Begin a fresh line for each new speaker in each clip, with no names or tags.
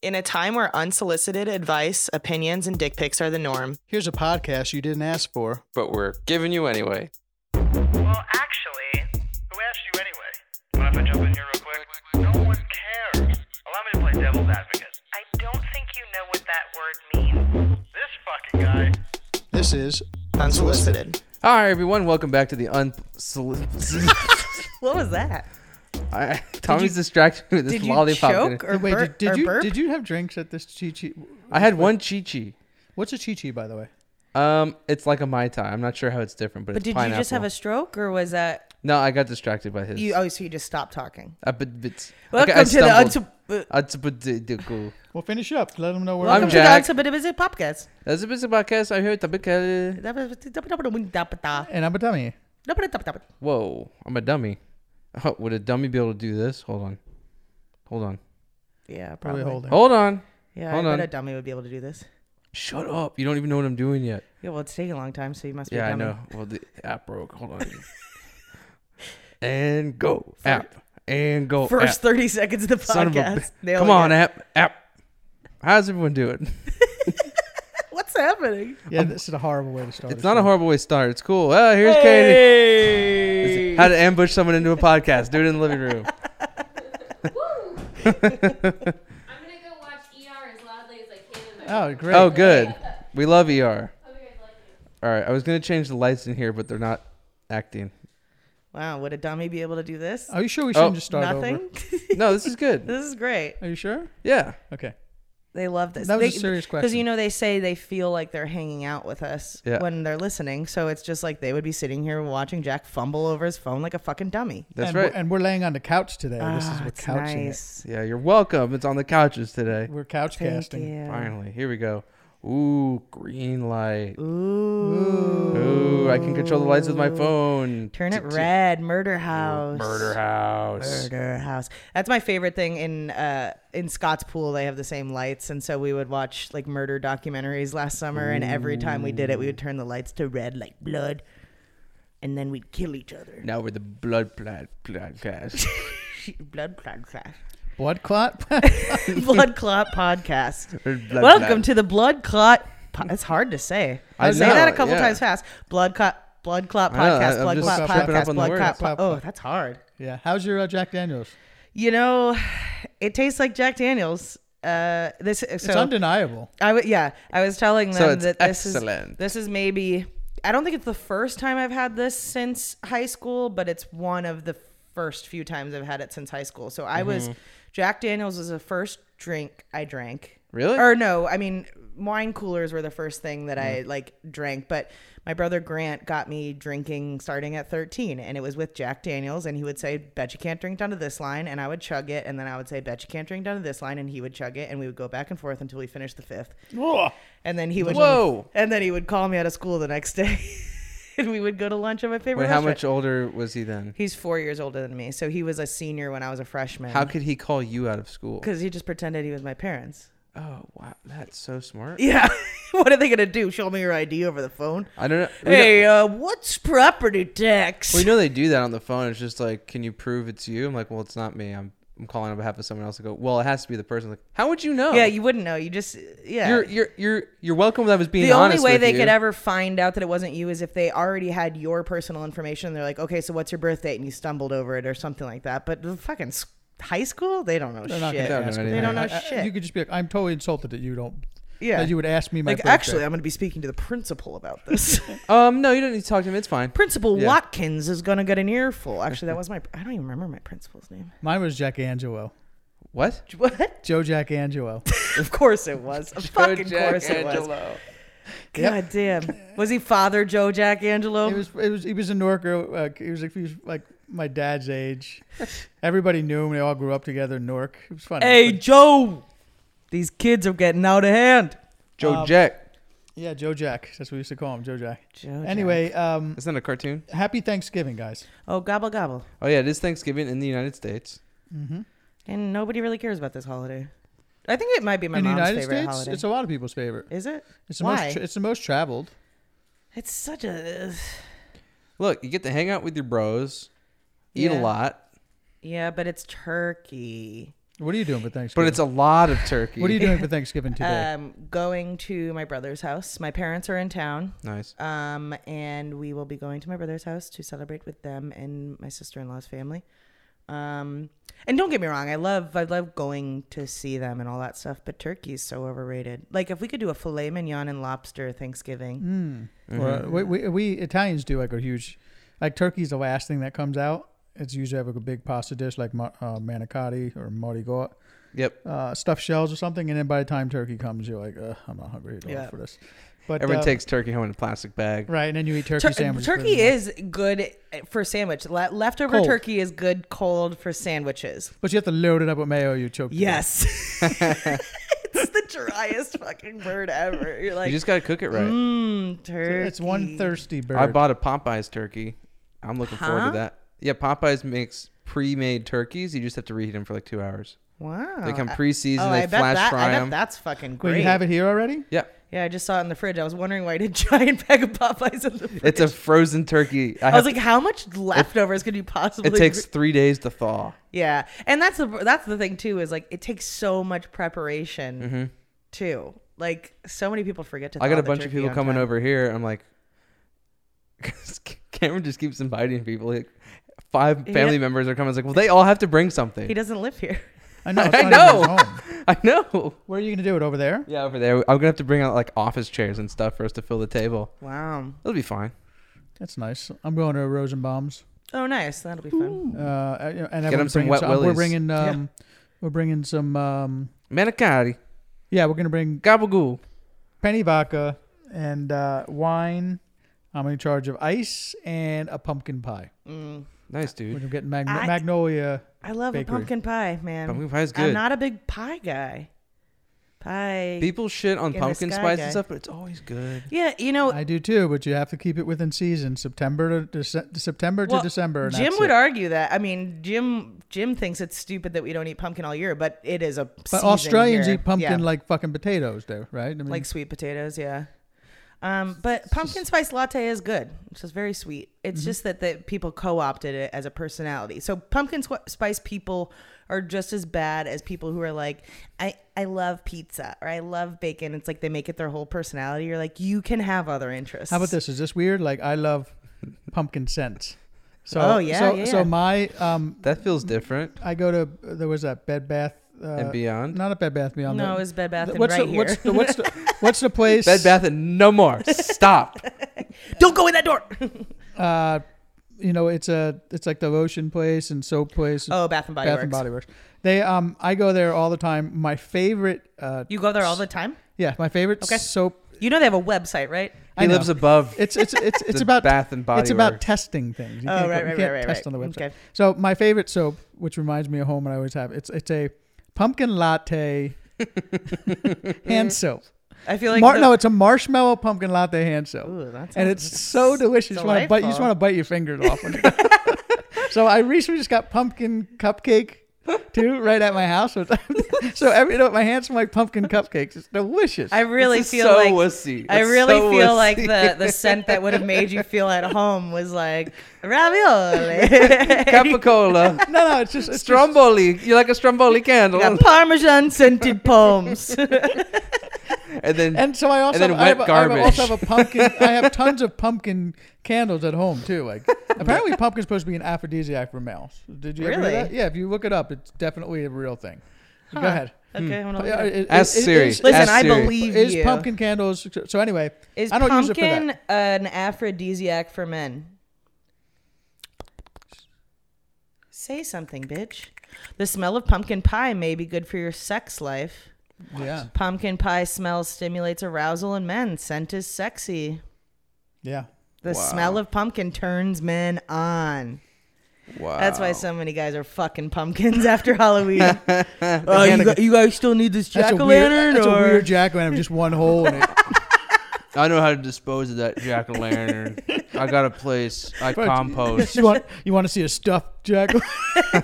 In a time where unsolicited advice, opinions, and dick pics are the norm,
Here's a podcast you didn't ask for.
but we're giving you anyway.
Well, actually, who asked you anyway? Mind if I jump in here real quick? No one cares. Allow me to play devil's advocate. I don't think you know what that word means. This fucking guy.
This is
unsolicited.
Hi everyone, welcome back to the unsolicited.
What was that?
I- Tommy's distracted me with this
Did you
lollipop.
choke or,
Wait,
bur-
did, did
or
you
burp?
did you have drinks at this chi chi?
I had one chi chi.
What's a chi chi, by the way?
Um, it's like a mai tai. I'm not sure how it's different, but,
but
it's
did
pineapple.
you just have a stroke or was that
No, I got distracted by his.
you? Oh, so you just stopped talking.
I, but, but,
Welcome
okay, I
to the
stumbled.
unsub- uh,
Unsubdidical.
Well, finish up. Let them know where.
welcome
I'm
to
Jack.
the unsubdivided podcast.
That's a bit of podcast. I heard topical.
and I'm a dummy.
Whoa, I'm a dummy. Oh, would a dummy be able to do this? Hold on. Hold on.
Yeah,
Probably
probably.
holding.
Hold on.
Yeah,
Hold
I
on.
bet a dummy would be able to do this.
Shut up. You don't even know what I'm doing yet.
Yeah, well, it's taking a long time, so you must be
Yeah,
a
I
dummy.
know. Well, the app broke. Hold on. and go. App. And go.
First
app.
30 seconds of the
Oh, Son of a
podcast.
bi-
Nailing
Come on, eh.
it. Oh,
app. App. How's everyone doing?
What's happening?
Yeah, this is a horrible way to start.
It's not a horrible way to start. It's cool. Oh, here's Katie. How to ambush someone into a podcast. Do it in the living room.
I'm gonna go watch ER as loudly as I can in my
Oh, great.
Oh, good. We love ER.
Hope you guys like it.
All right. I was going to change the lights in here, but they're not acting.
Wow, would a dummy be able to do this?
Are you sure we shouldn't
Oh.
just start over?
Nothing?
No, this is good.
this is great.
Are you sure?
Yeah.
Okay.
They love this.
That was a
They-
serious
Because you
question.
know they say they feel like they're hanging out with us
Yeah.
when they're listening, so it's just like they would be sitting here watching Jack fumble over his phone like a fucking dummy.
That's
and
right.
We're, and we're laying on the couch today. this is
Ah,
we're
it's
couching
nice.
Yeah, you're welcome. It's on the couches today.
it. We're couch
Thank
casting.
you.
Finally, here we go. Ooh, green light. Ooh,
Ooh.
I can control the lights with my phone.
Turn it red. Murder house.
Murder house.
Murder house. That's my favorite thing in uh in Scott's pool. They have the same lights, and so we would watch like murder documentaries last summer, and every time we did it, we would turn the lights to red like blood, and then we'd kill each other.
Now we're the blood plat podcast.
Blood clot clash.
Blood clot.
Blood clot podcast.
We're blood
Welcome
plat.
to the blood clot. Po- it's hard to say.
I
I say
know,
that a couple
yeah.
times fast. Blood clot. Blood clot
I know,
podcast.
I- I'm
blood
just
clot
tripping up
podcast.
on the
Blood clot.
words.
Po- oh, that's hard.
yeah. How's your uh, Jack Daniels?
You know, it tastes like Jack Daniels. Uh, this
It's
so
undeniable.
I w- yeah, I was telling them
So it's
that this is
excellent.
this is maybe I don't think it's the first time I've had this since high school, but it's one of the first few times I've had it since high school. So I was Jack Daniels was the first drink I drank.
Really?
Or no, I mean wine coolers were the first thing that I like drank, but my brother Grant got me drinking starting at 13 and it was with Jack Daniels and he would say bet you can't drink down to this line and I would chug it and then I would say bet you can't drink down to this line and he would chug it and we would go back and forth until we finished the fifth. And then he would
Whoa.
And then he would call me out of school the next day, and we would go to lunch at my favorite.
Wait, how
restaurant.
much older was he then?
He's four years older than me, so he was a senior when I was a freshman.
How could he call you out of school?
Because he just pretended he was my parents.
Oh, wow. That's so smart.
Yeah. what are they gonna do? Show me your ID over the phone?
I don't know. We
Hey,
know-
uh, what's property tax?
we know they do that on the phone. It's just like, can you prove it's you? I'm like, well, it's not me. I'm, I'm calling on behalf of someone else. I go, well, it has to be the person. Like, how would you know?
yeah, you wouldn't know. You just yeah.
You're you're you're you're welcome. That was being
the only
honest
way
with
they
you.
could ever find out that it wasn't you is if they already had your personal information. They're like, okay, so what's your birth date? And you stumbled over it or something like that. But the fucking s- high school, they don't know
They're not
shit.
They
gonna
don't know
ask
anything.
me.
They don't
know
I- I-
shit.
You could just be like, I'm totally insulted that you don't.
Yeah.
That you would ask me my.
like
birthday.
actually i'm going to be speaking to the principal about this
Um, no, you don't need to talk to him. It's fine.
principal
Yeah.
watkins is going to get an earful actually that was my i don't even remember my principal's name
Mine was Jack Angelo.
What?
what
Joe Jack Angelo.
of course it was of fucking course it was god damn was he father joe jack angelo
It was it was he was a Norker. Uh, he was like he was like my dad's age. Everybody knew him. They all grew up together. in Newark. It was funny.
hey
But-
joe these kids are getting out of hand
Joe
Um,
Jack.
yeah, Joe Jack. That's what we used to call him, Joe Jack.
joe Jack.
Anyway, um,
Isn't that a cartoon?
happy Thanksgiving, guys.
oh gobble gobble
Oh yeah, it is Thanksgiving in the United States.
and nobody really cares about this holiday i think it might be my
In the
mom's
United
favorite
States,
holiday
it's a lot of people's favorite.
is it
It's the
Why?
most. Tra- it's the most traveled.
it's such a
Look, you get to hang out with your bros, eat a
Yeah.
lot.
yeah but it's turkey
What are you doing for Thanksgiving?
But it's a lot of turkey.
What are you doing for Thanksgiving today? uh,
Um, going to my brother's house. My parents are in town.
Nice.
Um, and we will be going to my brother's house to celebrate with them and my sister in law's family. Um, and don't get me wrong, I love I love going to see them and all that stuff, but turkey's so overrated. Like if we could do a filet mignon and lobster Thanksgiving, Mm-hmm.
Well, we, we, we Italians do like a huge, like turkey's the last thing that comes out. It's usually have a big pasta dish like ma- uh, manicotti or marigot,
Yep.
uh, stuffed shells or something. And then by the time turkey comes, you're like, Ugh, I'm not hungry at all
Yeah.
for this. But
Everyone
uh,
takes turkey home in a plastic bag.
right, and then you eat turkey
Tur-
sandwiches. for
turkey
the-
is good for sandwich. Le- leftover
Cold.
turkey is good cold for sandwiches.
but you have to load it up with mayo. You choke. to death.
Yes. it's the driest fucking bird ever. You're like
You just gotta cook it right.
mm, turkey.
it's one thirsty bird.
I bought a Popeyes turkey. I'm looking forward
Huh?
to that. Yeah, Popeyes makes pre-made turkeys. You just have to reheat them for like two hours.
Wow.
They come
I-
pre-seasoned.
oh,
they
I bet
flash
that,
fry
I
them.
bet that's fucking
Wait,
great.
you have it here already?
Yeah,
Yeah, I just saw it in the fridge. I was wondering why I did giant bag of Popeyes in the fridge.
it's a frozen turkey. I,
I was
have
like, how much leftovers could you possibly?
it takes
gr-
three days to thaw.
Yeah, and that's the that's the thing too is like it takes so much preparation too. Like so many people forget to.
Mm-hmm. I got
thaw
a
the
bunch of
turkey
people
on
coming
time.
over here. I'm like, 'cause Cameron just keeps inviting people. Like, five family members are coming. I was like, well, they all have to bring something.
He doesn't live here.
I know. It's
I
not even
know.
his home.
I know.
Where are you gonna do it over there?
Yeah, over there. I'm gonna have to bring out like office chairs and stuff for us to fill the table.
Wow.
It'll be fine.
That's nice. I'm going to Rosenbaum's.
Oh, nice. That'll be fun.
Uh, I- you know, and I
Get
wanna
him some
bring in
wet
We're
willies.
bringing. Um, We're bringing some. Um,
Manicotti,
yeah, we're gonna bring
gabagool.
penny vodka and uh, wine. I'm in charge of ice and a pumpkin pie.
Nice dude.
We're getting magn-
I-
magnolia.
I love
Bakery.
a pumpkin pie, man.
Pumpkin pie is
I'm
good.
not a big pie guy. Pie.
People shit on
the
pumpkin
sky
spice
guy.
and stuff, but it's always good.
yeah, you know,
I do too, but you have to keep it within season. September to Dece- September
Well,
to December. and
Jim
that's
would
it.
argue that. I mean, Jim Jim thinks it's stupid that we don't eat pumpkin all year, but it is a.
But
season
Australians
here.
eat pumpkin
Yeah.
like fucking potatoes, though, right? I mean,
like sweet potatoes, yeah. Um, but pumpkin spice latte is good. It's just very sweet.
Mm-hmm.
It's just that the people co-opted it as a personality. So pumpkin swi- spice people are just as bad as people who are like, I I love pizza or I love bacon. It's like they make it their whole personality. You're like, you can have other interests.
How about this? Is this weird? Like I love pumpkin scents. So,
Oh, yeah,
so,
yeah, yeah.
so my um,
That feels
Mm-hmm.
different.
I go to there was that Bed Bath uh,
And Beyond?
Not a Bed Bath Beyond.
No,
the-
it was Bed Bath
the-
and
what's
right
the,
here.
What's the, what's the what's the place?
Bed Bath and no more. Stop.
Don't go in that door.
Uh, you know, it's a it's like the lotion place and soap place.
oh, Bath and Body
Bath
Works.
and Body Works. They um, I go there all the time. My favorite. Uh,
You go there all the time.
yeah, my favorite
Okay.
soap.
You know they have a website, right?
I
He
know.
lives above.
It's it's it's it's
The
about
Bath and Body
It's about
Works.
testing things. You
Oh,
can't, go-
right,
you
right,
can't
right, right,
test on the
right.
website.
Okay.
So my favorite soap, which reminds me of home, and I always have. It's it's a pumpkin latte hand soap.
I feel like
Mar-
the-
no, it's a marshmallow pumpkin latte hand soap,
Ooh, that
and it's so delicious. You just want to bite. You just
delightful.
want to bite your fingers off. when you- so I recently just got pumpkin cupcake too, right at my house. So, so every you know, my hands smell like pumpkin cupcakes. It's delicious.
I really
This is
feel
so
like
wussy.
I
It's
really
so
feel like
wussy.
the the scent that would have made you feel at home was like ravioli,
Capicola.
no, no, it's just it's just-
Stromboli. You like a Stromboli candle.
Got parmesan scented poems.
And then
And so I also
then
have,
wet
I, have a, I have a-
garbage.
also have a pumpkin. I have tons of pumpkin candles at home too. Like apparently pumpkin's supposed to be an aphrodisiac for males. Did you ever hear
Really?
that? Yeah, if you look it up, it's definitely a real thing. Go ahead.
okay, hold on.
Hmm. Yeah, it- it-
Ask
it- it
Siri.
is-
Listen,
Ask
I
Siri.
believe
is
you.
pumpkin candles so anyway?
is
I don't use it for
pumpkin
that.
an aphrodisiac for men? Say something, bitch. The smell of pumpkin pie may be good for your sex life.
Yeah,
Pumpkin pie smell stimulates arousal in men. Scent is sexy.
yeah.
The smell of pumpkin turns men on.
wow.
That's why so many guys are fucking pumpkins after Halloween. uh, you, gu- you guys still need this
That's
jack
a
o'
weird,
lantern?
that's a
or-
weird jack o' lantern, just one hole. In it.
I know how to dispose of that jack o' lantern. I got a place. I compost.
you want you want to see a stuffed jack?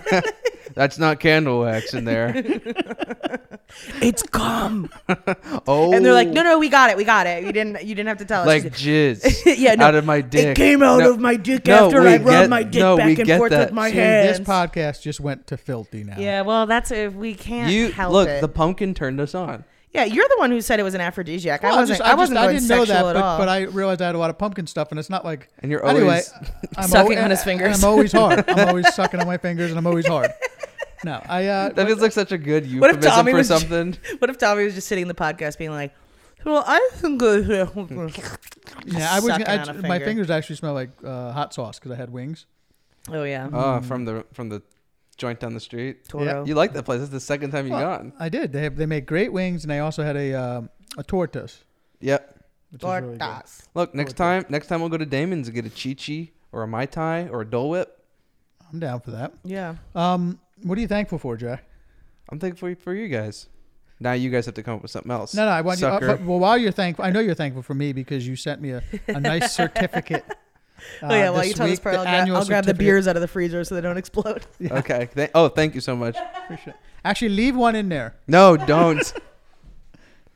That's not candle wax in there.
It's cum.
Oh,
And they're like, no, no, we got it, we got it. You didn't, you didn't have to tell us.
like
She's like,
jizz.
Yeah, no.
out of my dick.
came out
No-
of my dick
no,
after
we
I rubbed
get-
my dick
no,
back
we
and
get
forth
that.
with my
See,
hands.
this podcast just went to filthy now.
yeah, well, that's if we can't
You
help
look.
it.
The pumpkin turned us on.
yeah, you're the one who said it was an aphrodisiac.
Well,
I wasn't.
just-
I wasn't
just-
going sexual at
but,
all.
but I realized I had a lot of pumpkin stuff, and it's not like.
And you're
anyway,
always-
I'm
Sucking
al-
on his fingers.
I'm always hard. I'm always sucking on my fingers, and I'm always hard. No, I. Uh,
That feels like such a good
What if
euphemism
Tommy
for
was
something.
What if Tommy was just sitting in the podcast being like, well, I think I-
yeah, I was.
sucking
I,
on a
My
finger.
fingers actually smell like uh, hot sauce because I had wings.
Oh yeah,
Oh, from the from the joint down the street.
Toro.
You like that place? That's the second time you've
Well,
gone.
I did. They have, they made great wings, and I also had a um, a tortas.
Yep.
Which is really good.
Tortas.
Look, next time, next time we'll go to Damon's and get a chichi or a mai tai or a Dole Whip.
I'm down for that.
Yeah.
Um, what are you thankful for, Jay?
I'm thankful for you guys. Now you guys have to come up with something else.
No, no, I want
Sucker.
you. Uh, but- well, while you're thankful, I know you're thankful for me because you sent me a, a nice certificate. uh,
Oh yeah, while
this
you tell this
week,
part,
the
I'll,
annual
grab, I'll grab the
certificate.
beers out of the freezer so they don't explode.
Okay. Th- oh, thank you so much.
Appreciate it. Actually, leave one in there.
No, don't.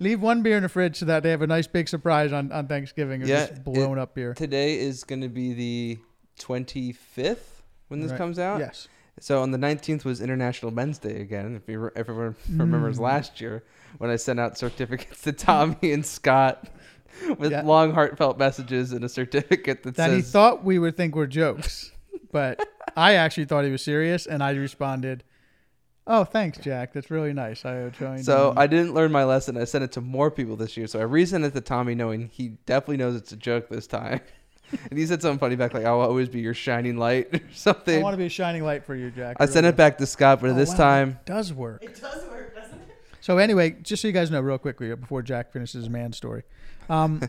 Leave one beer in the fridge so that they have a nice big surprise on, on Thanksgiving of
Yeah,
just blown
it-
up beer.
Today is going to be the 25th when this
Right.
comes out.
Yes.
So on the 19th was International Men's Day again. If you re- everyone
Mm.
remembers last year when I sent out certificates to Tommy and Scott with
Yeah.
long heartfelt messages and a certificate that,
That he
says
thought we would think were jokes, but I actually thought he was serious, and I responded, "Oh, thanks, Jack. That's really nice. I was trying
so I didn't learn my lesson. I sent it to more people this year. So I resent it to Tommy knowing he definitely knows it's a joke this time. and he said something funny back like I'll always be your shining light or
I
something.
want to be a shining light for you, Jack.
I sent it back to Scott, but
Oh,
this
wow, that
time
does work.
It does work, doesn't it?
So anyway, just so you guys know, real quickly before Jack finishes his man story, um,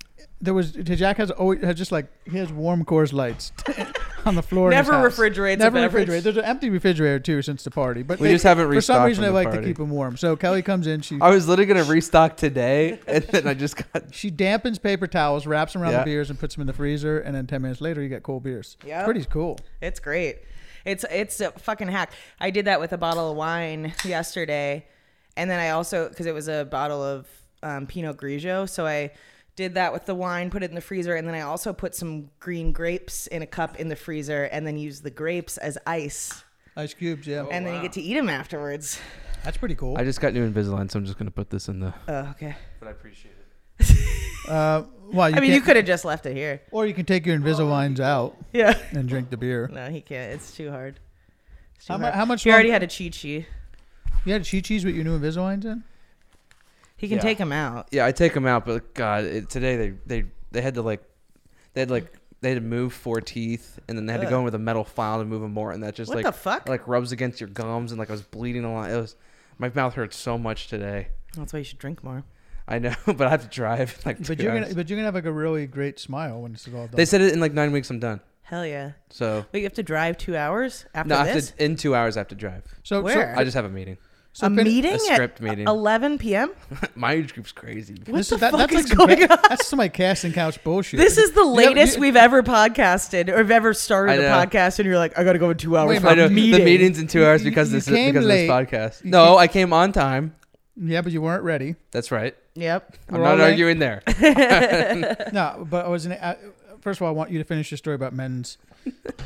there was Jack has always has just like he has warm Coors Lights on the floor. in his
Never
house.
refrigerates a
Never
beverage.
refrigerates. There's an empty refrigerator too since the party, but
We
they-
just haven't
For some
restocked
reason,
from
they
the
like to
party.
keep them warm. So Kelly comes in, she
I was literally gonna restock today, and then I just got
she dampens paper towels, wraps them around
Yeah.
the beers, and puts them in the freezer. And then ten minutes later, you get cold beers.
Yep.
pretty cool.
It's great. It's it's a fucking hack. I did that with a bottle of wine yesterday, and then I also because it was a bottle of um, Pinot Grigio, so I did that with the wine, put it in the freezer, and then I also put some green grapes in a cup in the freezer, and then use the grapes as ice,
Ice cubes, yeah,
Oh,
and then you get to eat them afterwards.
that's pretty cool.
I just got new Invisalign, so I'm just gonna put this in the.
Oh, okay.
Uh, well, you
I mean, you
can't-
could have just left it here.
or you can take your Invisaligns out
Yeah.
and drink the beer.
No, he can't. It's too hard. It's too
How, mu-
hard.
how much?
He already
longer-
had a cheat sheet.
You had chi cheese with your new Invisaligns in?
He can
Yeah.
take him out.
Yeah, I take them out, but God, it, today they they they had to like they had like they had to move four teeth, and then they had to go in with a metal file to move them more, and that just
What
like
the fuck?
like rubs against your gums, and like I was bleeding a lot. It was my mouth hurt so much today.
That's why you should drink more.
I know, but I have to drive. in, Like,
But
two
you're gonna,
hours.
but you're gonna have like a really great smile when this is all done.
they said it in like nine weeks. I'm done.
Hell yeah.
So
Wait, you have to drive two hours after
no, I have
this?
to, in two hours I have to drive.
so,
Where?
I just have a meeting.
so, so
a
fin-
meeting
a
at
script meeting.
11 p.m.
my age group's crazy.
What
This
the
is that,
fuck
that's
is
like some
going
ca-
on?
That's some like casting couch bullshit.
This is the
You know,
latest
you-
we've ever podcasted or have ever
I
started a
know.
podcast, and you're like, I gotta go in two hours
Wait a
for
I
a
know
meeting.
the meeting's in two hours because
you
this
came
because
late.
of this podcast.
You
No,
came-
I came on time.
Yeah, but you weren't ready.
That's right.
Yep.
We're
I'm not
all right.
arguing there.
No, but I was. In, uh, first of all, I want you to finish your story about men's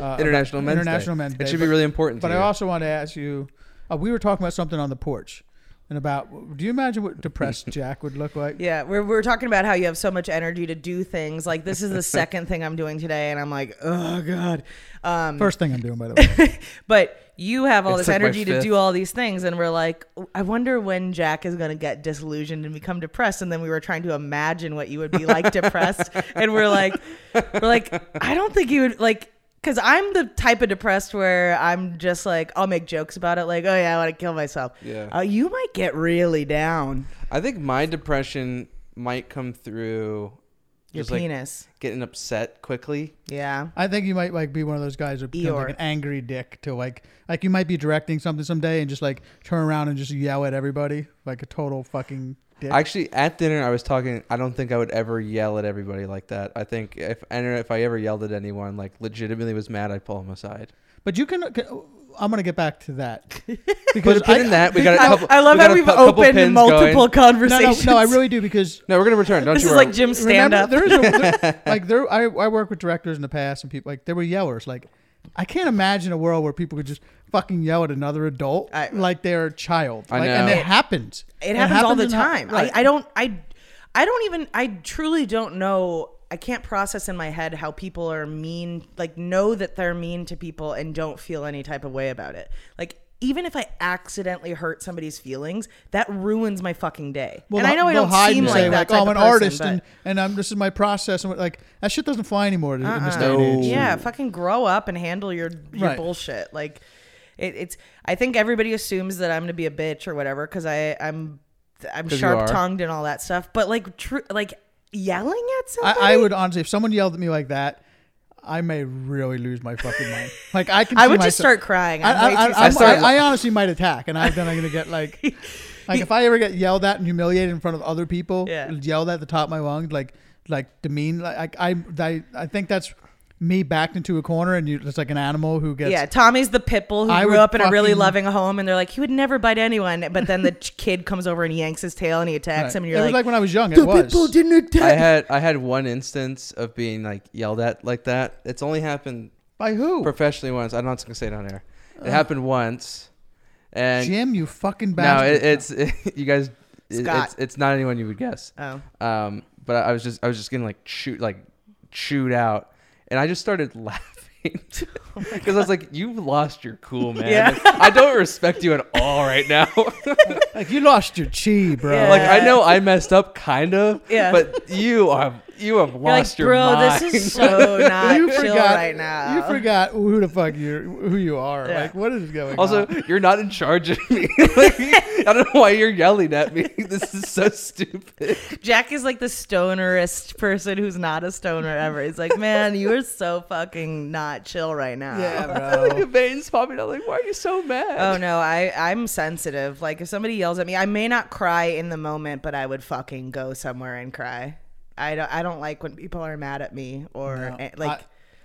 uh,
International
about
Men's
international
Day.
men's.
It
Day,
should
but-
be really important.
But
to
I
you.
also want to ask you. Uh, we were talking about something on the porch, and about. Do you imagine what depressed Jack would look like?
Yeah, we're, we're talking about how you have so much energy to do things. Like, this is the second thing I'm doing today, and I'm like, oh, God. Um,
First thing I'm doing, by the way.
but you have all
It's
this
like my
energy to
fifth.
do all these things and we're like i wonder when jack is going to get disillusioned and become depressed and then we were trying to imagine what you would be like depressed and we're like we're like i don't think you would like because i'm the type of depressed where i'm just like i'll make jokes about it like oh yeah i want to kill myself
Yeah.
uh, you might get really down
I think my depression might come through
your
just, like,
penis
getting upset quickly.
yeah
I think you might like be one of those guys who becomes
Eeyore.
like an angry dick to like like you might be directing something someday and just like turn around and just yell at everybody like a total fucking dick.
Actually, at dinner, I was talking. I don't think I would ever yell at everybody like that. I think if and if I ever yelled at anyone, like legitimately was mad, I'd pull them aside.
but you can. can- I'm gonna get back to that
Put a
because
pin in that. We got a
I,
couple.
I love
we
how
got a
we've
cou- couple
opened
pins
multiple
Going.
No, no,
conversations.
no, I really do because
No, we're gonna return. Don't
This
you
is
worry.
like Jim's stand up.
Remember, there is a, there- like there. I I work with directors in the past, and people like there were yellers. Like I can't imagine a world where people could just fucking yell at another adult
I-
like they're a child.
I
like, And
know.
it happens.
It happens all the
in ho-
time.
right.
I, I don't I I don't even I truly don't know I can't process in my head how people are mean like know that they're mean to people and don't feel any type of way about it. Like even if I accidentally hurt somebody's feelings, that ruins my fucking day. and I know I
they'll
don't
hide
seem
and
like
say,
that. type
oh, I'm
of
an
person,
artist,
but-
and, and I'm this is my process, and what- like that shit doesn't fly anymore in- in this
Uh-uh.
day and age.
Yeah, fucking grow up and handle your your
Right.
bullshit. Like it, it's I think everybody assumes that I'm gonna be a bitch or whatever because I I'm I'm
'Cause you
sharp tongued and all that stuff. But like true like yelling at somebody.
I, I would honestly, if someone yelled at me like that, I may really lose my fucking mind. Like I can.
I
see
would just
myself-
start crying. I'm way
I, I,
too
I, I'm-
sensitive.
start-
I, I honestly might attack, and I'm then I'm gonna get like, like if I ever get yelled at and humiliated in front of other people,
Yeah.
yelled at the top of my lungs, like, like demean, like I, I, I think that's me backed into a corner, and you, it's like an animal who gets.
yeah, Tommy's the pit bull who
I
grew
would
up in a really
fucking-
loving home, and they're like, he would never bite anyone. But then the ch- kid comes over and yanks his tail and he
right.
attacks him, and
it
you're
was like
like,
when I was young. It was.
didn't attack.
I had I had one instance of being like yelled at like that. It's only happened
By who?
professionally once. I'm not just gonna say it on air.
Uh.
It happened once, and
Jim, you fucking
no,
bastard.
it, it's you guys. it- it's
Scott.
it's not anyone you would guess.
Oh.
Um, but I was just I was just getting like shoot like chewed out, and I just started laughing because I was like, "You've lost your cool, man.
Oh Yeah.
I don't respect you at all right now."
like you lost your chi, bro.
Yeah.
like I know I messed up, kind of.
Yeah.
But you are you have
You're like,
lost your
bro,
mind.
this is so not
you
chill
forgot
right now.
You forgot who the fuck you who you are.
Yeah.
Like what is going
Also,
on?
you're not in charge of me. Like, I don't know why you're yelling at me. This is so stupid.
Jack is like the stonerest person who's not a stoner ever. He's like, man, you are so fucking not chill right now.
like the veins popping out. Like, why are you so mad?
Oh no, I I'm sensitive. Like if somebody yells at me, I may not cry in the moment, but I would fucking go somewhere and cry. I don't I don't like when people are mad at me or eh, like. I-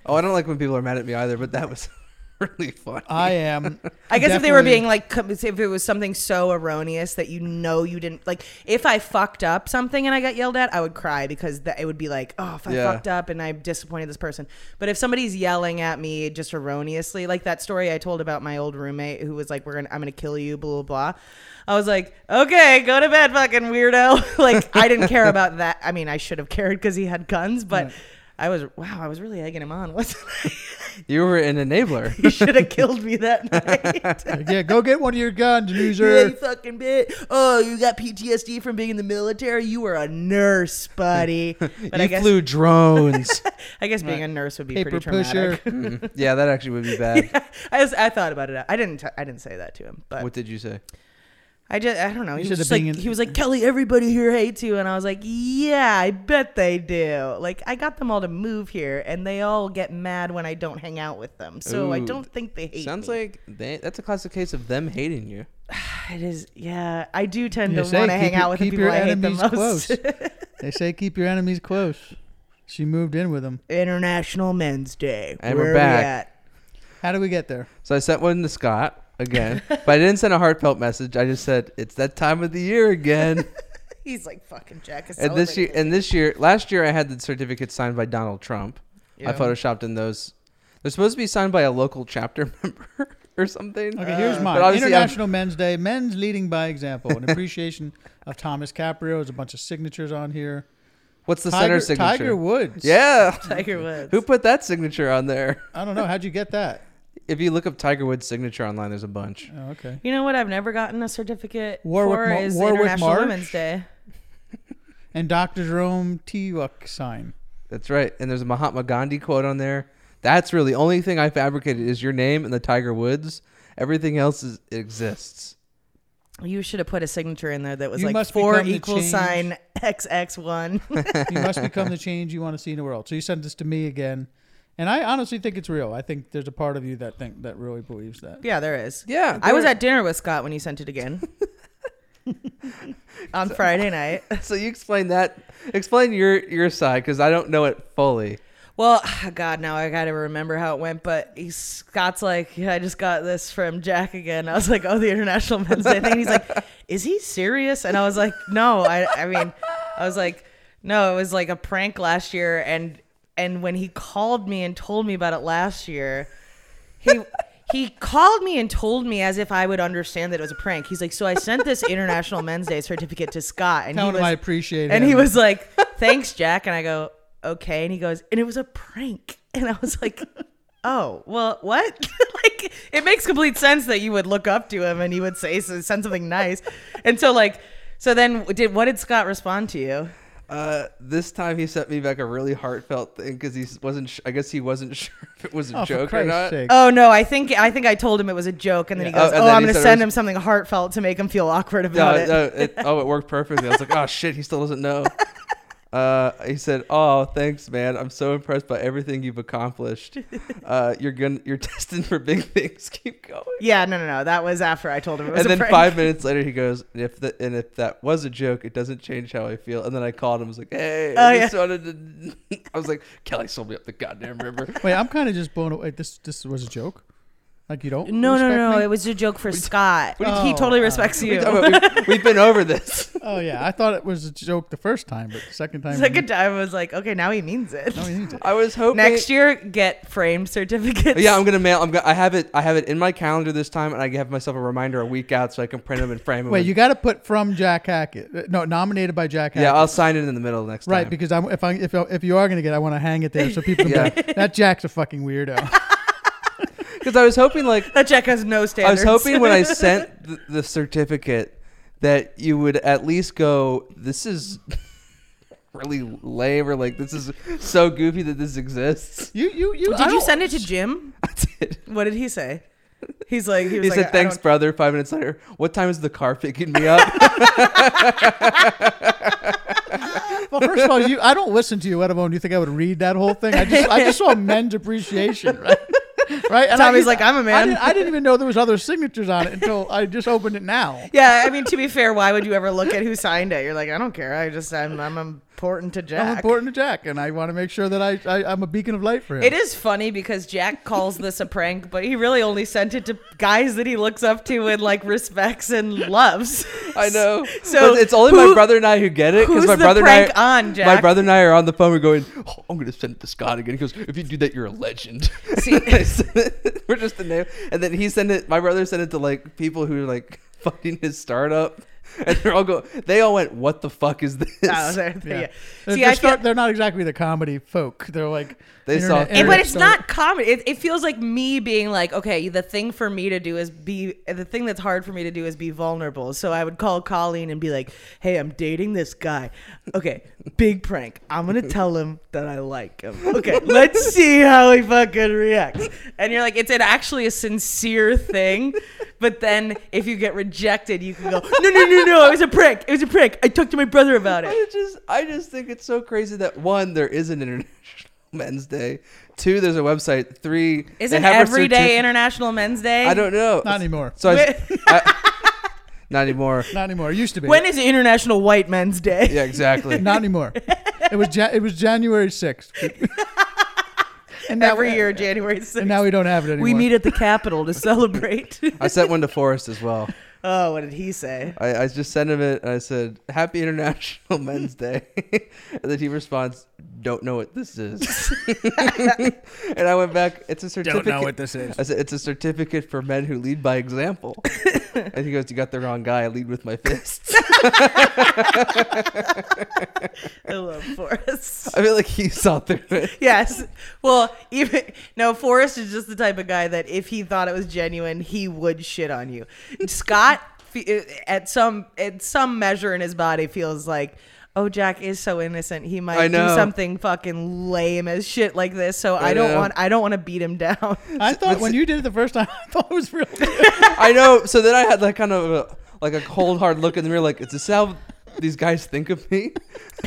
Oh, I don't like when people are mad at me either. But that was really funny.
I am.
guess if they were
definitely-
being like, com- if it was something so erroneous that you know you didn't like, if I fucked up something and I got yelled at, I would cry because that it would be like, oh, if I
Yeah.
fucked up and I disappointed this person. But if somebody's yelling at me just erroneously, like that story I told about my old roommate who was like, "We're gonna, I'm gonna kill you," blah blah blah. I was like, okay, go to bed, fucking weirdo. like I didn't care about that. I mean, I should have cared because he had guns, but. I was wow! I was really egging him on. Wasn't I?
you were an enabler.
He should have killed me that night.
yeah, go get one of your guns,
Yeah, you
loser.
fucking bitch. Oh, you got PTSD from being in the military. You were a nurse, buddy. But
you
I guess
flew drones.
I guess being a nurse would be
Paper
pretty traumatic.
pusher.
yeah, that actually would be bad.
I, was, I thought about it. I didn't. T- I didn't say that to him, but
What did you say?
I just. I don't know. He
should
was,
have
just like,
been in-
he was like Kelly. Everybody here hates you, and I was like, Yeah, I bet they do. Like I got them all to move here, and they all get mad when I don't hang out with them. So I
Ooh.
don't think they hate.
Sounds
me.
like they, that's a classic case of them hating you.
it is. Yeah, I do tend
They
to
say
want to hang
your-
out with the
keep
people I hate the most.
they say keep your enemies close. She moved in with him.
International Men's Day.
And we're
Where
back.
How do we get there?
So I sent one to Scott again, but I didn't send a heartfelt message. I just said it's that time of the year again.
He's like fucking Jack is
and this year, and this year, last year I had the certificate signed by Donald Trump. I photoshopped in those. They're supposed to be signed by a local chapter member or something.
Okay, here's mine.
Uh, But obviously I'm-
International Men's Day. Men's leading by example. An appreciation of Thomas Caprio. There's a bunch of signatures on here.
What's the
Tiger,
center signature?
Tiger Woods.
Yeah.
Tiger Woods.
Who put that signature on there?
I don't know. How'd you get that?
If you look up Tiger Woods' signature online, there's a bunch.
Oh, okay.
You know what? I've never gotten a certificate
Warwick
for
Mar-
is
Warwick
International
Marsh?
Women's Day.
And Dr. Jerome Tiwuk sign.
That's right. And there's a Mahatma Gandhi quote on there. That's really the only thing I fabricated is your name and the Tiger Woods. Everything else is, exists.
You should have put a signature in there that was
You
like
must
four
become the
equal
change.
sign XX one.
you must become the change you want to see in the world. So you sent this to me again, and I honestly think it's real. I think there's a part of you that think that really believes that.
yeah, there is.
Yeah,
I was
there-
at dinner with Scott when you sent it again. On Friday night.
So you explain that. Explain your your side because I don't know it fully.
Well, God, now I gotta remember how it went. But he's, Scott's like, yeah, I just got this from Jack again. I was like, oh, the International Men's Day thing. And he's like, is he serious? And I was like, no. I, I mean, I was like, no. It was like a prank last year, and and when he called me and told me about it last year, he he called me and told me as if I would understand that it was a prank. He's like, so I sent this International Men's Day certificate to Scott, and
Tell
he
him
was
I appreciate it.
and he was like, "Thanks, Jack." And I go, "Okay." And he goes, "And it was a prank." And I was like, "Oh, well, what?" like, it makes complete sense that you would look up to him and he would say send something nice. And so, like, so then did what did Scott respond to you?
Uh, this time he sent me back a really heartfelt thing because he wasn't. Sh- I guess he wasn't sure if it was
oh,
a
for
joke or
Christ's
not.
sake.
Oh no, I think I think I told him it was a joke, and then he
Yeah.
goes, "Oh,
Oh, and then
I'm
he
gonna
said it
send
was-
him something heartfelt to make him feel awkward
No,
about it."
no, it, oh, it worked perfectly. I was like, oh shit, he still doesn't know. Uh, he said, "Oh, thanks, man. I'm so impressed by everything you've accomplished. Uh, you're gonna, you're destined for big things. Keep going."
Yeah, no, no, no. That was after I told him it was
And
a
then
prank.
five minutes later, he goes, and "If the, and if that was a joke, it doesn't change how I feel." And then I called him. I was like, "Hey,
Oh,
I
yeah.
just wanted to." I was like, "Kelly sold me up the goddamn river."
Wait, I'm kind of just blown away. This this was a joke. Like you don't.
No, no,
respect
no,
me?
It was a joke for Scott.
what do
he
you-
totally
Oh,
respects you.
Oh, but we've, we've been over this.
Oh yeah, I thought it was a joke the first time, but the second time.
Second time, I was like, okay, now he means it.
No, he needs it.
I was hoping
Next year, get framed certificates.
Yeah, I'm gonna mail. I'm gonna. I have it. I have it in my calendar this time, and I have myself a reminder a week out so I can print them and frame them.
Wait, you got to put from Jack Hackett. Uh, No, nominated by Jack Hackett.
Yeah, I'll sign it in the middle next
right,
time.
because I'm if I if if you are gonna get, it, I want to hang it there so people can
Yeah.
be like, that Jack's a fucking weirdo.
because I was hoping like
That check has no
I
standards.
was hoping when I sent the, the certificate that you would at least go. This is really lame, or like this is so goofy that this exists.
you you you. I
Did you
don't-
send it to Jim?
I did.
What did he say? He's like, he was
He
like, I-
said,
I
"Thanks,
don't-
brother." Five minutes later, what time is the car picking me up?
Well, first of all, you I don't listen to you, Edamon. You think I would read that whole thing? I just I just saw men's appreciation, right? Right. And I
Tommy's
didn't-
like, I'm a
I
man.
didn't, I didn't even know there was other signatures on it until I just opened it now.
Yeah, I mean, to be fair, why would you ever look at who signed it? You're like, I don't care. I just, I'm, I'm important to Jack.
I'm important to Jack, and I want to make sure that I, I I'm a beacon of light for him.
It is funny because Jack calls this a prank, but he really only sent it to guys that he looks up to and like respects and loves.
I know.
So
But it's only my
who-
brother and I who get it
who's
my
the
brother
prank
and I,
on, Jack?
my brother and I are on the phone. We're going. "Oh, I'm going to send it to Scott again. He goes, "If you do that, you're a legend."
See-
we're just the name, and then he sent it. My brother sent it to like people who are like fucking his startup, and they're all go. They all went, "What the fuck is this?"
Oh, sorry.
Yeah.
Yeah.
They're,
See,
they're
I feel-
start- they're not exactly the comedy folk. They're like
They saw
internet-
through
And,
it.
internet
but it's
star-
not comedy. It, it feels like me being like, okay, the thing for me to do is be the thing that's hard for me to do is be vulnerable. So I would call Colleen and be like, hey, I'm dating this guy. Okay, big prank. I'm gonna tell him that I like him. Okay, let's see how he fucking reacts. And you're like, it's an actually a sincere thing. But then if you get rejected, you can go, no, no, no, no, it was a prank. It was a prank. I talked to my brother about it.
I just, I just think it's so crazy that one, there is an international Men's Day. Two, there's a website. Three, they
Isn't
have a
every day
certificate.
International Men's Day?
I don't know.
Not anymore.
So I, I- not anymore.
not anymore. It used to be.
When is International White Men's Day?
Yeah, exactly.
not anymore. it was ja- it was January sixth. and now
every
we-
year, January 6th.
And now we don't have it anymore.
we meet at the Capitol to celebrate.
I sent one to Forrest as well.
oh, what did he say?
I, I just sent him it and I said, Happy International Men's Day. and then he responds, Don't know what this is. and I went back, It's a certificate.
this is.
I said, It's a certificate for men who lead by example. and he goes, You got the wrong guy. I lead with my fists.
I love Forrest.
I feel like he saw through it.
Yes. Well, even no, Forrest is just the type of guy that if he thought it was genuine, he would shit on you. Scott, fe- uh, at some at some measure in his body, feels like. Oh, Jack is so innocent. He
I
might do
know.
something fucking lame as shit like this. So I,
I
don't
know.
want. I don't want to beat him down.
I thought when you did it the first time, I thought it was real.
I know. So then I had like kind of a, like a cold, hard look in the mirror, like, Is this how these guys think of me?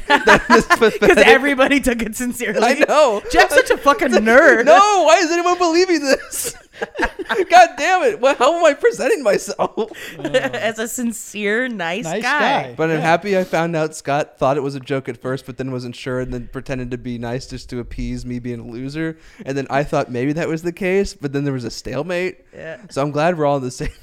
That is
Because
pathetic.
everybody took it sincerely.
I know.
Jack's such a fucking nerd.
No, why is anyone believing this? God damn it! Well, how am I presenting myself?
As a sincere, nice,
Nice
guy.
guy.
But I'm happy I found out Scott thought it was a joke at first, but then wasn't sure and then pretended to be nice just to appease me being a loser. And then I thought maybe that was the case, but then there was a stalemate.
Yeah.
So I'm glad we're all on the same.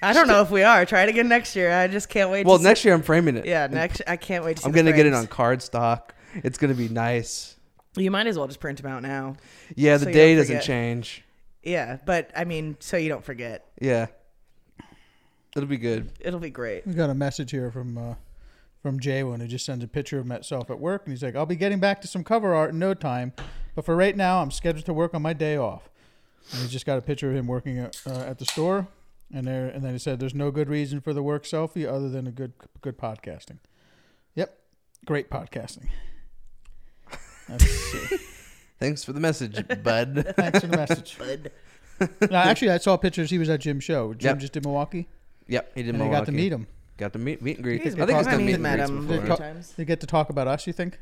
I don't know if we are. Try it again next year. I just can't wait.
well,
to
next year I'm framing it.
See. Yeah, next. I can't wait to. See
I'm
the
gonna get it on
frames.
cardstock. It's gonna be nice.
You might as well just print them out now.
Yeah,
So
the
you
day
don't
doesn't
forget.
change.
Yeah, but I mean, so you don't forget,
Yeah, it'll be good.
it'll be great.
We got a message here from uh, from Jay one who just sends a picture of myself at work, and he's like, "I'll be getting back to some cover art in no time, but for right now, I'm scheduled to work on my day off." And he just got a picture of him working at, uh, at the store, and there, and then he said, "There's no good reason for the work selfie other than a good good podcasting." Yep, great podcasting. That's, uh,
Thanks for the message, bud.
thanks for the message. No, actually, I saw pictures. He was at Jim's show. Jim
Yep.
just did Milwaukee,
yep, he did.
and I got to
Milwaukee.
meet him.
Got to meet meet and greet.
He's
I think
been
it's done
talking-
meet
I've
and
met
greets
him.
before.
Good
They,
talk- times.
they get to talk about us. You think?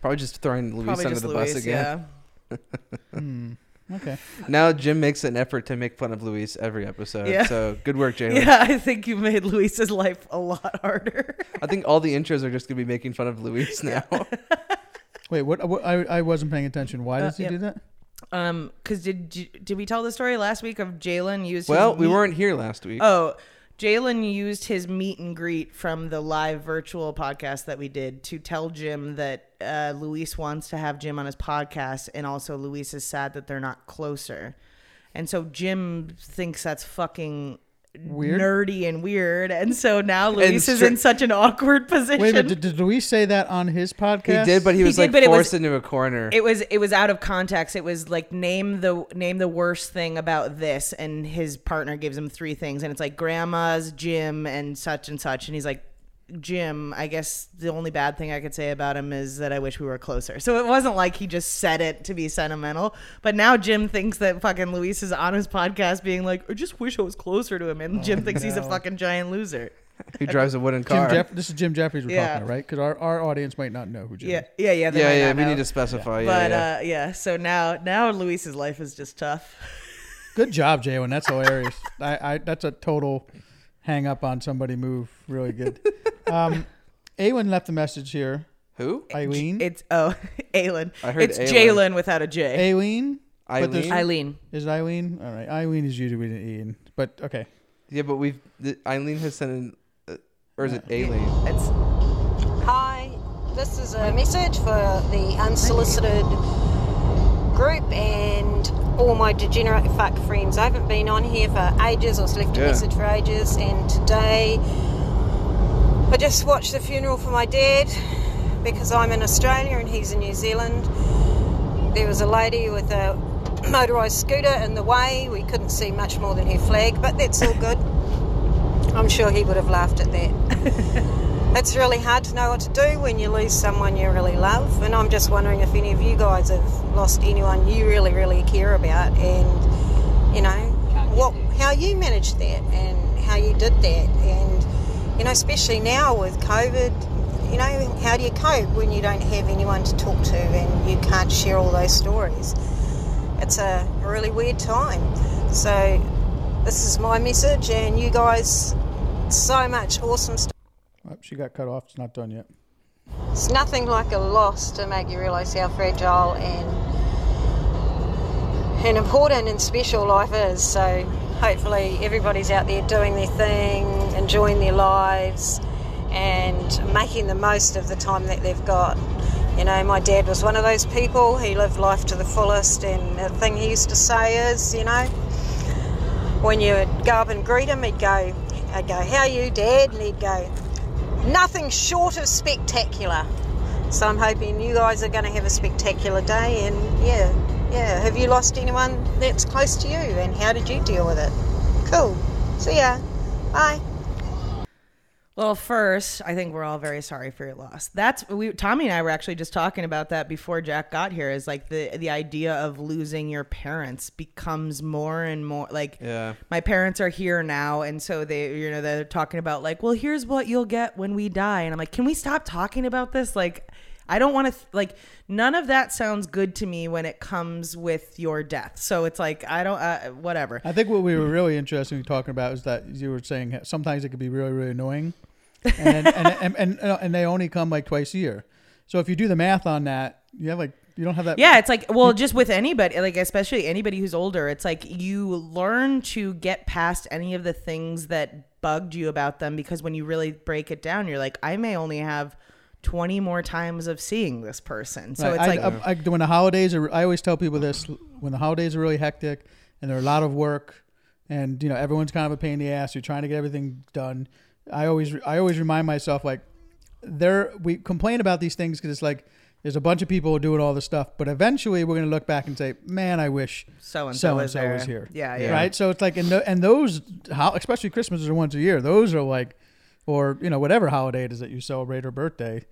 Probably just throwing Luis
Probably
under
just
the
Luis.
bus again.
yeah.
Hmm. Okay.
Now Jim makes an effort to make fun of Luis every episode.
Yeah.
So good work, Jalen.
Yeah, I think you made Luis's life a lot harder.
I think all the intros are just gonna be making fun of Luis now.
Wait, what? what I, I wasn't paying attention.
Uh,
Why does he
yep.
do that?
Um, because did you- did we tell the story last week of Jalen used?
well,
his
we
meet-
weren't here last week.
Oh, Jalen used his meet and greet from the live virtual podcast that we did to tell Jim that uh, Luis wants to have Jim on his podcast, and also Luis is sad that they're not closer, and so Jim thinks that's fucking.
Weird?
nerdy and weird, and so now Luis is
str-
in such an awkward position.
Wait a minute. Did, did Luis say that on his
he
podcast?
did, but he
He
was
did,
like
but it was-
forced into a corner.
it was it was out of context it was like name the name the worst thing about this and his partner gives him three things and it's like grandma's gym and such and such and he's like Jim, I guess the only bad thing I could say about him is that I wish we were closer. So it wasn't like he just said it to be sentimental. But now Jim thinks that fucking Luis is on his podcast being like, I just wish I was closer to him. And
Oh,
Jim thinks he's a fucking giant loser.
Who drives a wooden
Jim
car?
Jeff, this is Jim Jeffries we're
Yeah.
talking about, right? Because our, our audience might not know who Jim
Yeah.
is.
Yeah. Yeah. they
yeah,
might
yeah.
not
We
know.
need to specify. Yeah,
But
yeah.
uh, yeah. So now, now Luis's life is just tough.
Good job, Jalen. That's hilarious. I, I That's a total hang up on somebody move. Really good. Um, Awen left a message here.
Who?
Eileen?
It's oh, Aylin.
I heard
it's
Aylin.
Jalen without a J.
Aileen? But there's-
Eileen?
Eileen.
Is it Eileen? All right. Eileen is usually an Ian. But okay.
Yeah, but we've the, Eileen has sent in, uh, or is it Aileen?
It's
Hi, this is a message for the unsolicited group and all my degenerate fuck friends. I haven't been on here for ages, I was left a
Yeah.
message for ages, and today I just watched the funeral for my dad because I'm in Australia and he's in New Zealand. There was a lady with a motorised scooter in the way, we couldn't see much more than her flag, but that's all good. I'm sure he would have laughed at that. It's really hard to know what to do when you lose someone you really love, and I'm just wondering if any of you guys have lost anyone you really, really care about, and you know what, how you managed that, and how you did that, and you know, especially now with COVID, you know, how do you cope when you don't have anyone to talk to and you can't share all those stories? It's a really weird time. So, this is my message, and you guys, so much awesome stuff.
Oh, she got cut off. It's not done yet.
It's nothing like a loss to make you realise how fragile and and important and special life is. So hopefully everybody's out there doing their thing, enjoying their lives, and making the most of the time that they've got. You know, my dad was one of those people. He lived life to the fullest, and the thing he used to say is, you know, when you would go up and greet him, he'd go, I'd go, "How you, Dad?" And he'd go, nothing short of spectacular. So I'm hoping you guys are going to have a spectacular day. And yeah, yeah. Have you lost anyone that's close to you? And how did you deal with it? Cool. See ya. Bye.
well, first, I think we're all very sorry for your loss. That's we Tommy and I were actually just talking about that before Jack got here. Is like the the idea of losing your parents becomes more and more like
Yeah.
my parents are here now and so they you know they're talking about like well here's what you'll get when we die and i'm like can we stop talking about this like I don't want to th- like none of that sounds good to me when it comes with your death. So it's like I don't uh, whatever.
I think what we were really interested in talking about is that you were saying that sometimes it could be really, really annoying, and and, and, and uh, and they only come like twice a year. So if you do the math on that, you have like you don't have that.
Yeah, it's like well, just with anybody, like especially anybody who's older, it's like you learn to get past any of the things that bugged you about them because when you really break it down, you're like, I may only have twenty more times of seeing this person. So
Right.
it's
I,
like
I, I- when the holidays are. I always tell people this when the holidays are really hectic and there are a lot of work, and you know everyone's kind of a pain in the ass. You're trying to get everything done. I always I always remind myself like there we complain about these things because it's like there's a bunch of people doing all this stuff, but eventually we're gonna look back and say, man, I wish
So and so
so and
was
so
there."
was here.
Yeah, yeah.
Right. So it's like and tho- and those ho- especially Christmas is once a year. Those are like. Or you know whatever holiday it is that you celebrate or birthday,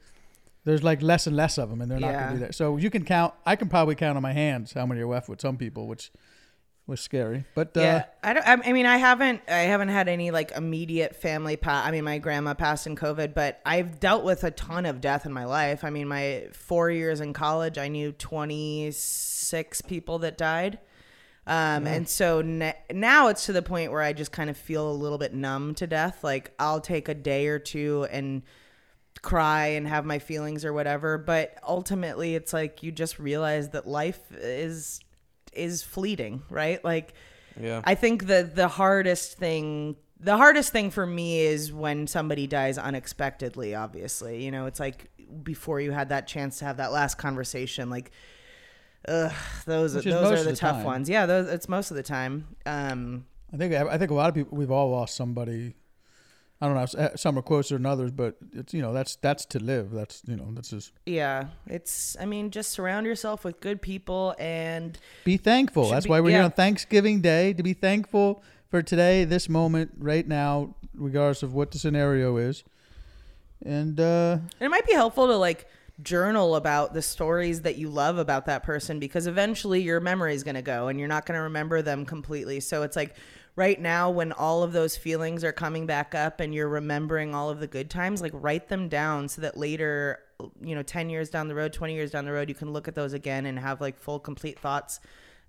there's like less and less of them, and they're not going
Yeah.
to be there. So you can count. I can probably count on my hands how many are left with some people, which was scary. But uh,
yeah, I don't. I I mean, I haven't. I haven't had any like immediate family pass. I mean, my grandma passed in COVID, but I've dealt with a ton of death in my life. I mean, my four years in college, I knew twenty six people that died, um, and so n now it's to the point where I just kind of feel a little bit numb to death. Like I'll take a day or two and cry and have my feelings or whatever but ultimately it's like you just realize that life is is fleeting right like
Yeah.
I think the the hardest thing the hardest thing for me is when somebody dies unexpectedly, obviously. You know, it's like before you had that chance to have that last conversation, like ugh, those
Which is
those
most
are
of
the,
the
tough
time.
ones. Yeah, those it's most of the time. Um
I think I think a lot of people we've all lost somebody. I don't know. uh, Some are closer than others, but it's you know that's that's to live. That's you know that's just
yeah, it's I mean, just surround yourself with good people and
be thankful.
Should
that's
be-
why we're here
yeah.
on Thanksgiving Day to be thankful for today, this moment, right now, regardless of what the scenario is. And uh,
And it might be helpful to like journal about the stories that you love about that person because eventually your memory is going to go and you're not going to remember them completely. So it's like right now when all of those feelings are coming back up and you're remembering all of the good times, like write them down so that later, you know, 10 years down the road, 20 years down the road, you can look at those again and have like full complete thoughts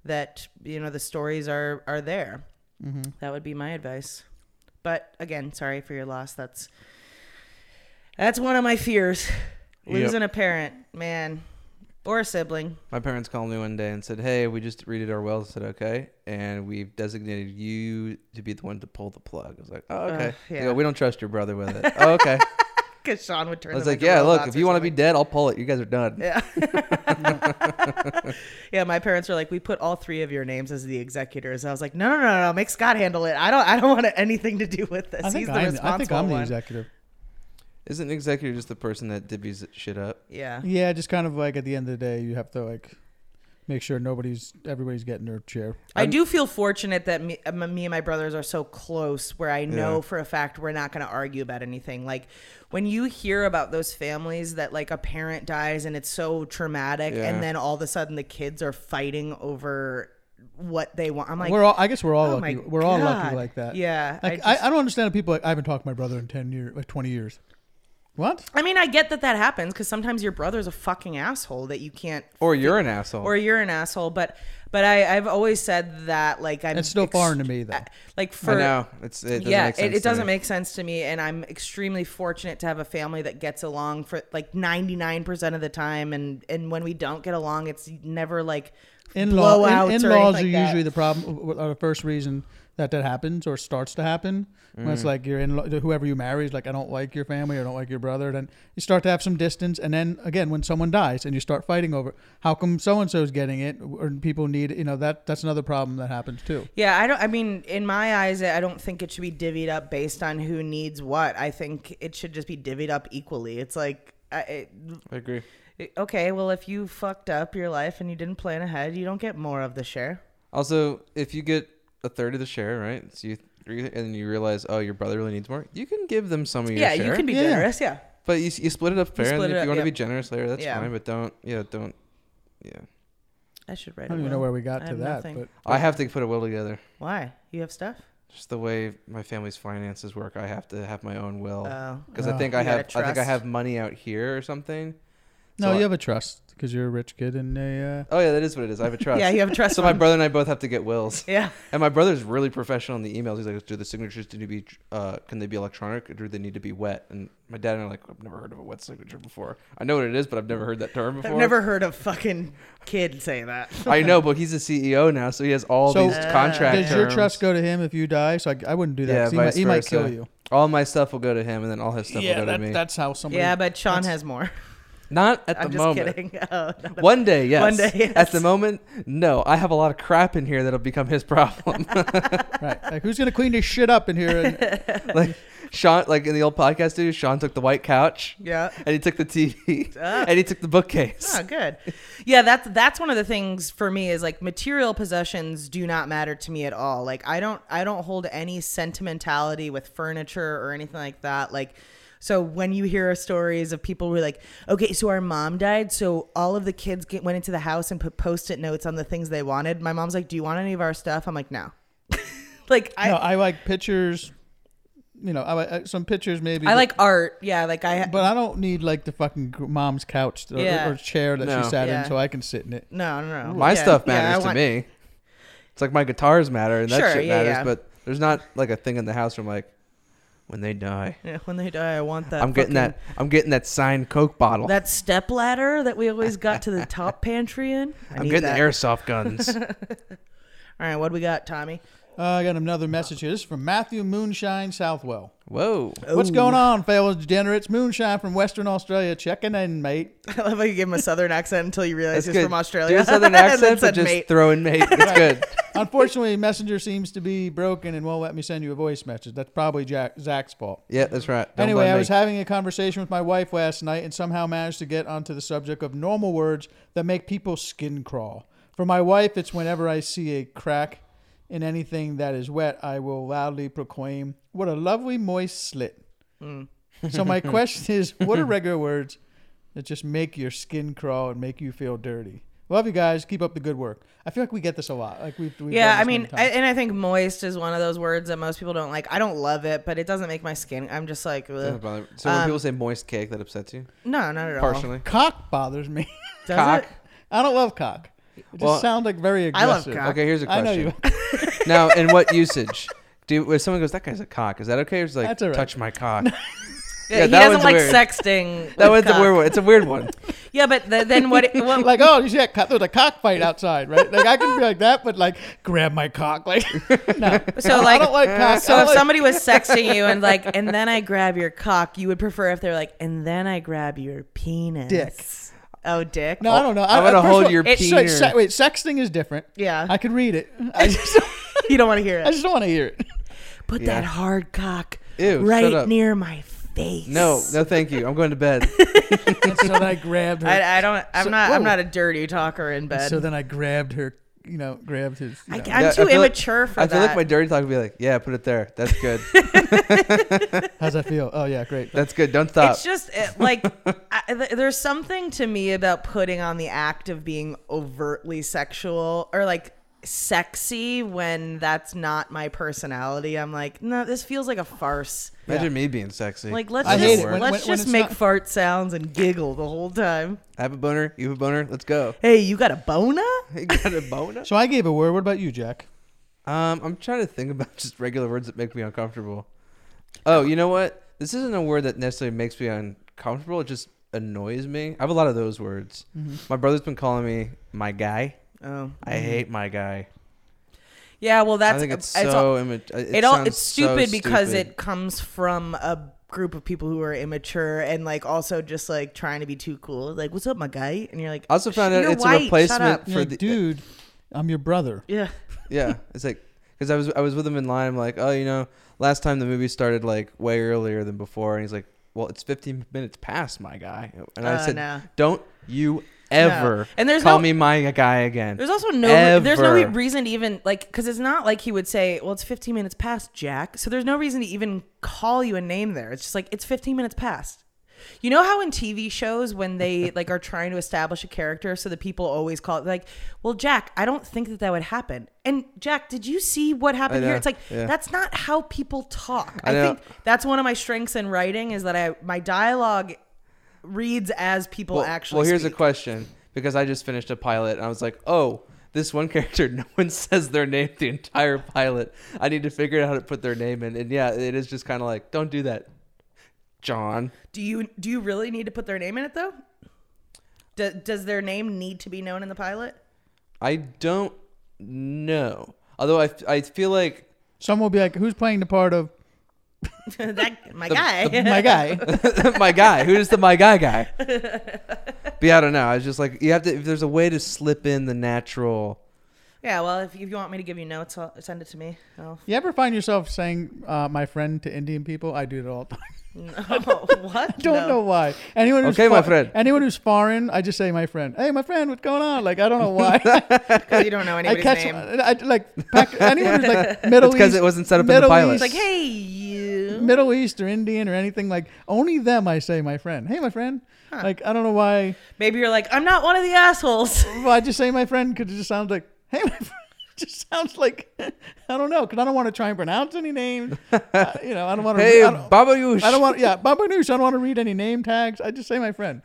that, you know, the stories are are there. That would be my advice. But again, sorry for your loss. That's that's one of my fears. Losing a parent, man, or a sibling.
My parents called me one day and said, "Hey, we just redid our wells." I said, "Okay," and we've designated you to be the one to pull the plug. I was like, "Oh, okay." They
yeah.
go, we don't trust your brother with it. oh, okay.
Because Sean would turn.
I was like, "Yeah, look, if you want to be dead, I'll pull it. You guys are done."
Yeah. yeah, my parents were like, we put all three of your names as the executors. I was like, no, no, no, no, make Scott handle it. I don't, I don't want anything to do with this.
I
He's
think
the
I'm,
responsible
I think I'm the
one.
executive.
Isn't an executor just the person that divvies shit up?
yeah.
Yeah, just kind of like at the end of the day, you have to like make sure nobody's everybody's getting their chair.
I do feel fortunate that me, um, me and my brothers are so close where I know for a fact we're not going to argue about anything. Like when you hear about those families that like a parent dies and it's so traumatic
Yeah.
and then all of a sudden the kids are fighting over what they want. I'm like,
we're all. I guess we're all
Oh my
lucky. We're all
God.
lucky like that.
Yeah, I
Like, I,
just-
I, don't understand people. Like, I haven't talked to my brother in ten years, like twenty years. What?
I mean, I get that that happens because sometimes your brother's a fucking asshole that you can't
Or you're an asshole.
or you're an asshole. But but I, I've always said that like I'm
It's still
ex- uh,
foreign to me though.
Like for
I know. It's it doesn't
yeah,
make sense
it, it
to
doesn't
me.
make sense to me, and I'm extremely fortunate to have a family that gets along for like 99 percent of the time, and and when we don't get along, it's never like
In law,
blowouts
in,
or
laws are
anything like that.
usually the problem, or the first reason that that happens or starts to happen. When
Mm.
it's like you're in whoever you marry is like, I don't like your family, or I don't like your brother. Then you start to have some distance, and then again, when someone dies, and you start fighting over how come so and so's getting it, or people need, you know, that that's another problem that happens too.
Yeah, I don't. I mean, in my eyes, I don't think it should be divvied up based on who needs what. I think it should just be divvied up equally. It's like, I, it,
I agree.
okay, well, if you fucked up your life and you didn't plan ahead, you don't get more of the share.
Also, if you get a third of the share, right? So you and then you realize, oh, your brother really needs more. You can give them some of your
yeah,
share.
you can be
Yeah.
generous. Yeah.
But you, you split it up fair, and
split
if
it
you
up,
want to be
yep.
generous later, that's
Yeah.
fine. But don't, yeah, don't, yeah.
I should write.
I don't even know where we got to that, but
I have to put a will together.
why? You have stuff.
Just the way my family's finances work, I have to have my own will
Oh.
because I think
You
I
gotta
have, I think I
trust.
have money out here or something.
No,
So I-
you have a trust because you're a rich kid and they. Uh,
Oh yeah, that is what it is. I have a trust.
Yeah, you have a trust
So my
fund.
brother and I both have to get wills.
Yeah.
And my brother's really professional in the emails. He's like, "Do the signatures need to be? Uh, can they be electronic, or do they need to be wet?" And my dad and I are like, "I've never heard of a wet signature before. I know what it is, but I've never heard that term before.
I've never heard a fucking kid say that.
I know, but he's a CEO now, so he has all
So,
these contract
does your
terms.
trust go to him if you die? So I, I wouldn't do that.
Yeah,
'cause he, might,
vice
he might
versa.
kill you.
All my stuff will go to him, and then all his stuff will go to me.
that's how somebody.
yeah, but Sean has more.
Not at
I'm
the
just
moment.
kidding. Oh, no, no.
One day, yes.
One day, yes.
At the moment, no. I have a lot of crap in here that'll become his problem.
right. Like, who's gonna clean this shit up in here? And,
like Sean, like in the old podcast, dude, Sean took the white couch.
Yeah.
And he took the TV.
Ah.
And he took the bookcase.
Oh, good. Yeah, that's that's one of the things for me is like material possessions do not matter to me at all. Like I don't I don't hold any sentimentality with furniture or anything like that. Like so when you hear stories of people who are like, okay, so our mom died, so all of the kids get, went into the house and put post-it notes on the things they wanted. My mom's like, do you want any of our stuff? I'm like, no. like I
no, I like pictures. You know, I like uh, some pictures maybe.
I
but-
like art. Yeah, like I
But I don't need like the fucking gr- mom's couch or,
Yeah.
or chair that
No.
she sat
Yeah.
in, so I can sit in it.
no no no.
My
Yeah,
stuff
yeah, I
matters
want-
to me. It's like my guitars matter and that
Sure,
shit
yeah,
matters,
yeah.
but there's not like a thing in the house where I'm like, when they die,
Yeah, when they die, I want that.
I'm
fucking-
getting that I'm getting that signed Coke bottle.
That step ladder that we always got to the top pantry in. I
I'm
need
getting
that. Oh,
the airsoft guns.
All right, what do we got, Tommy?
Uh, I got another message here. This is from Matthew Moonshine Southwell.
Whoa.
What's going on, fellow degenerates? Moonshine from Western Australia checking in, mate.
I love how you give him a southern accent until you realize he's from Australia.
Do a
And
southern
then
accent, but
said
just
mate.
throwing mate. It's good.
Unfortunately, Messenger seems to be broken and won't let me send you a voice message. That's probably Jack, Zach's fault.
Yeah, that's right. Don't
anyway,
blame
I
me.
was having a conversation with my wife last night and somehow managed to get onto the subject of normal words that make people's skin crawl. For my wife, it's whenever I see a crack in anything that is wet, I will loudly proclaim, What a lovely moist slit.
Hmm.
so, my question is, what are regular words that just make your skin crawl and make you feel dirty? Love you guys. Keep up the good work. I feel like we get this a lot. Like we've, we've
Yeah,
done
I
this many
mean,
times.
I, and I think moist is one of those words that most people don't like. I don't love it, but it doesn't make my skin. I'm just like,
Doesn't
ugh.
bother me. So when people say moist cake, that upsets you
Um, no, not at all.
partially.
cock bothers me.
Does
Cock.
it?
I don't love cock. It just
Well,
sounds like very
I love
aggressive.
cock.
Okay, here's a
I
question.
know you.
now, in what usage? Do if someone goes, that guy's a cock? Is that okay? Or is it like
That's all right.
touch my cock?
Yeah,
Yeah,
he
that
doesn't
one's
like
weird.
sexting.
that was
with
the
cock.
weird one. It's a weird one.
Yeah, but the, then what? what
like, oh, you see that cock? There's a cock fight outside, right? Like, I can be like that, but like, grab my cock. Like, no.
So like,
I don't like cock. I
So
don't
if
like-
somebody was sexting you and like, and then I grab your cock, you would prefer if they're like, and then I grab your penis.
Dick.
Oh, dick.
No, I don't know.
I wanna
first of
hold
all,
your
it's-
peen
so-
or-
se- Wait, sexting is different.
Yeah.
I could read it. I just,
Oh. you don't want to hear
I
it.
just don't want to hear it.
Put that hard cock
Ew, shut
right
up.
near my face.
No, no, thank you. I'm going to bed.
And so then I grabbed her.
I, I don't. I'm not. I'm
whoa.
not a dirty talker in bed.
so then I grabbed her. You know, grabbed his. You
I,
know.
I'm
Yeah, I
too
feel like-
immature for
I
that.
feel like my dirty talk would be like, yeah, put it there. That's good.
How's that feel? Oh yeah, great.
That's good. Don't stop.
it's just it, like I, th- there's something to me about putting on the act of being overtly sexual or like sexy when that's not my personality. I'm like, no, this feels like a farce.
Imagine me being sexy.
Like let's
I hate
just
it when-
let's
when- when
just
it's
make
not-
fart sounds and giggle the whole time.
I have a boner. You have a boner. Let's go.
Hey, you got a boner?
You got a boner?
So I gave a word. What about you, Jack?
Um, I'm trying to think about just regular words that make me uncomfortable. Oh, you know what? This isn't a word that necessarily makes me uncomfortable. It just annoys me. I have a lot of those words.
Mm-hmm.
My brother's been calling me my guy.
Oh,
I hate my guy.
yeah. Well, that's
I think it's,
all-
so immature.
it, all it's stupid because it comes from a group of people who are immature and like also just like trying to be too cool like what's up my guy and you're like
I also
"Shh,
found out
you're
it's
white,
a
shut
replacement
up."
for
You're like,
the uh,
dude, I'm your brother.
yeah
Yeah, it's like because I was I was with him in line. I'm like, oh, you know, last time the movie started like way earlier than before, and he's like, well, it's 15 minutes past, my guy. And I
Oh,
said,
no.
don't you ever
And there's
call
no-
me my guy again.
there's also no there's no
Ever.
reason to even like because it's not like he would say well it's 15 minutes past jack so there's no reason to even call you a name there it's just like it's 15 minutes past you know how in TV shows when they like are trying to establish a character, so the people always call it like, "Well, Jack, I don't think that that would happen." And Jack, did you see what happened
know,
here? It's like
yeah.
that's not how people talk. I,
know.
think that's one of my strengths in writing is that I my dialogue reads as people
Well,
actually.
well, here's a
speak.
question because I just finished a pilot and I was like, oh, this one character, no one says their name the entire pilot. I need to figure out how to put their name in. And yeah, it is just kind of like, don't do that, John.
Do you do you really need to put their name in it though? Do, does their name need to be known in the pilot?
I don't know. Although I, I feel like
Some will be like, "Who's playing the part of
that my guy.
my guy?"
my guy. Who is the my guy guy? But yeah, I don't know. I was just like, you have to. If there's a way to slip in the natural,
yeah. Well, if you, if you want me to give you notes, I'll send it to me. Oh
you ever find yourself saying uh, "my friend" to Indian people? I do it all the time.
no! Oh, what?
Don't know why. Anyone who's
Okay, my friend.
Anyone who's foreign, I just say my friend. Hey, my friend, what's going on? Like I don't know why.
because you don't know
I
anybody's
catch
name.
I, I- like Pak- anyone who's like Middle East.
'cause it wasn't set up in the
Middle
pilot.
East-
It's like, hey, you.
Middle East or Indian or anything like only them. I say my friend. Hey, my friend. Like I don't know why.
Maybe you're like, I'm not one of the assholes.
Well, I just say my friend because it just sounds like hey, my friend. It just sounds like I don't know because I don't want to try and pronounce any names. Uh, you know, I don't want to.
hey,
I don't,
Baba Yush.
I don't want. Yeah, Baba Noosh. I don't want to read any name tags. I just say my friend.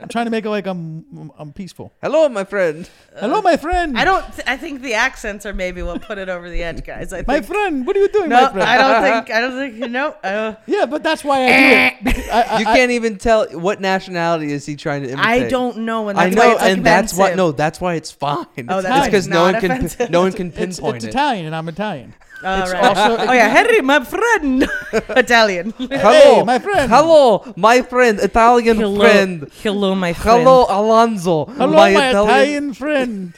I'm trying to make it like I'm I'm peaceful.
Hello, my friend.
Hello, my friend.
I don't. Th- I think the accents are maybe what put it over the edge, guys. I think.
My friend, what are you doing,
no,
my friend?
I don't think. I don't think. No. Uh,
yeah, but that's why I do it. Because I, I,
You can't even tell what nationality is he trying to imitate.
I don't know. And
I
that's
know,
why it's
and that's why
offensive.
no, that's why it's fine.
Oh, that's
it's because no
not
one can
offensive.
no one can
It's,
pinpoint
it's
it.
Italian, and I'm Italian.
All right. oh yeah, Henry, my friend, Italian.
Hello,
Hey, my friend.
Hello, my friend, Italian friend.
hello, my friend.
Hello, Alonso.
Hello, my, Italian friend.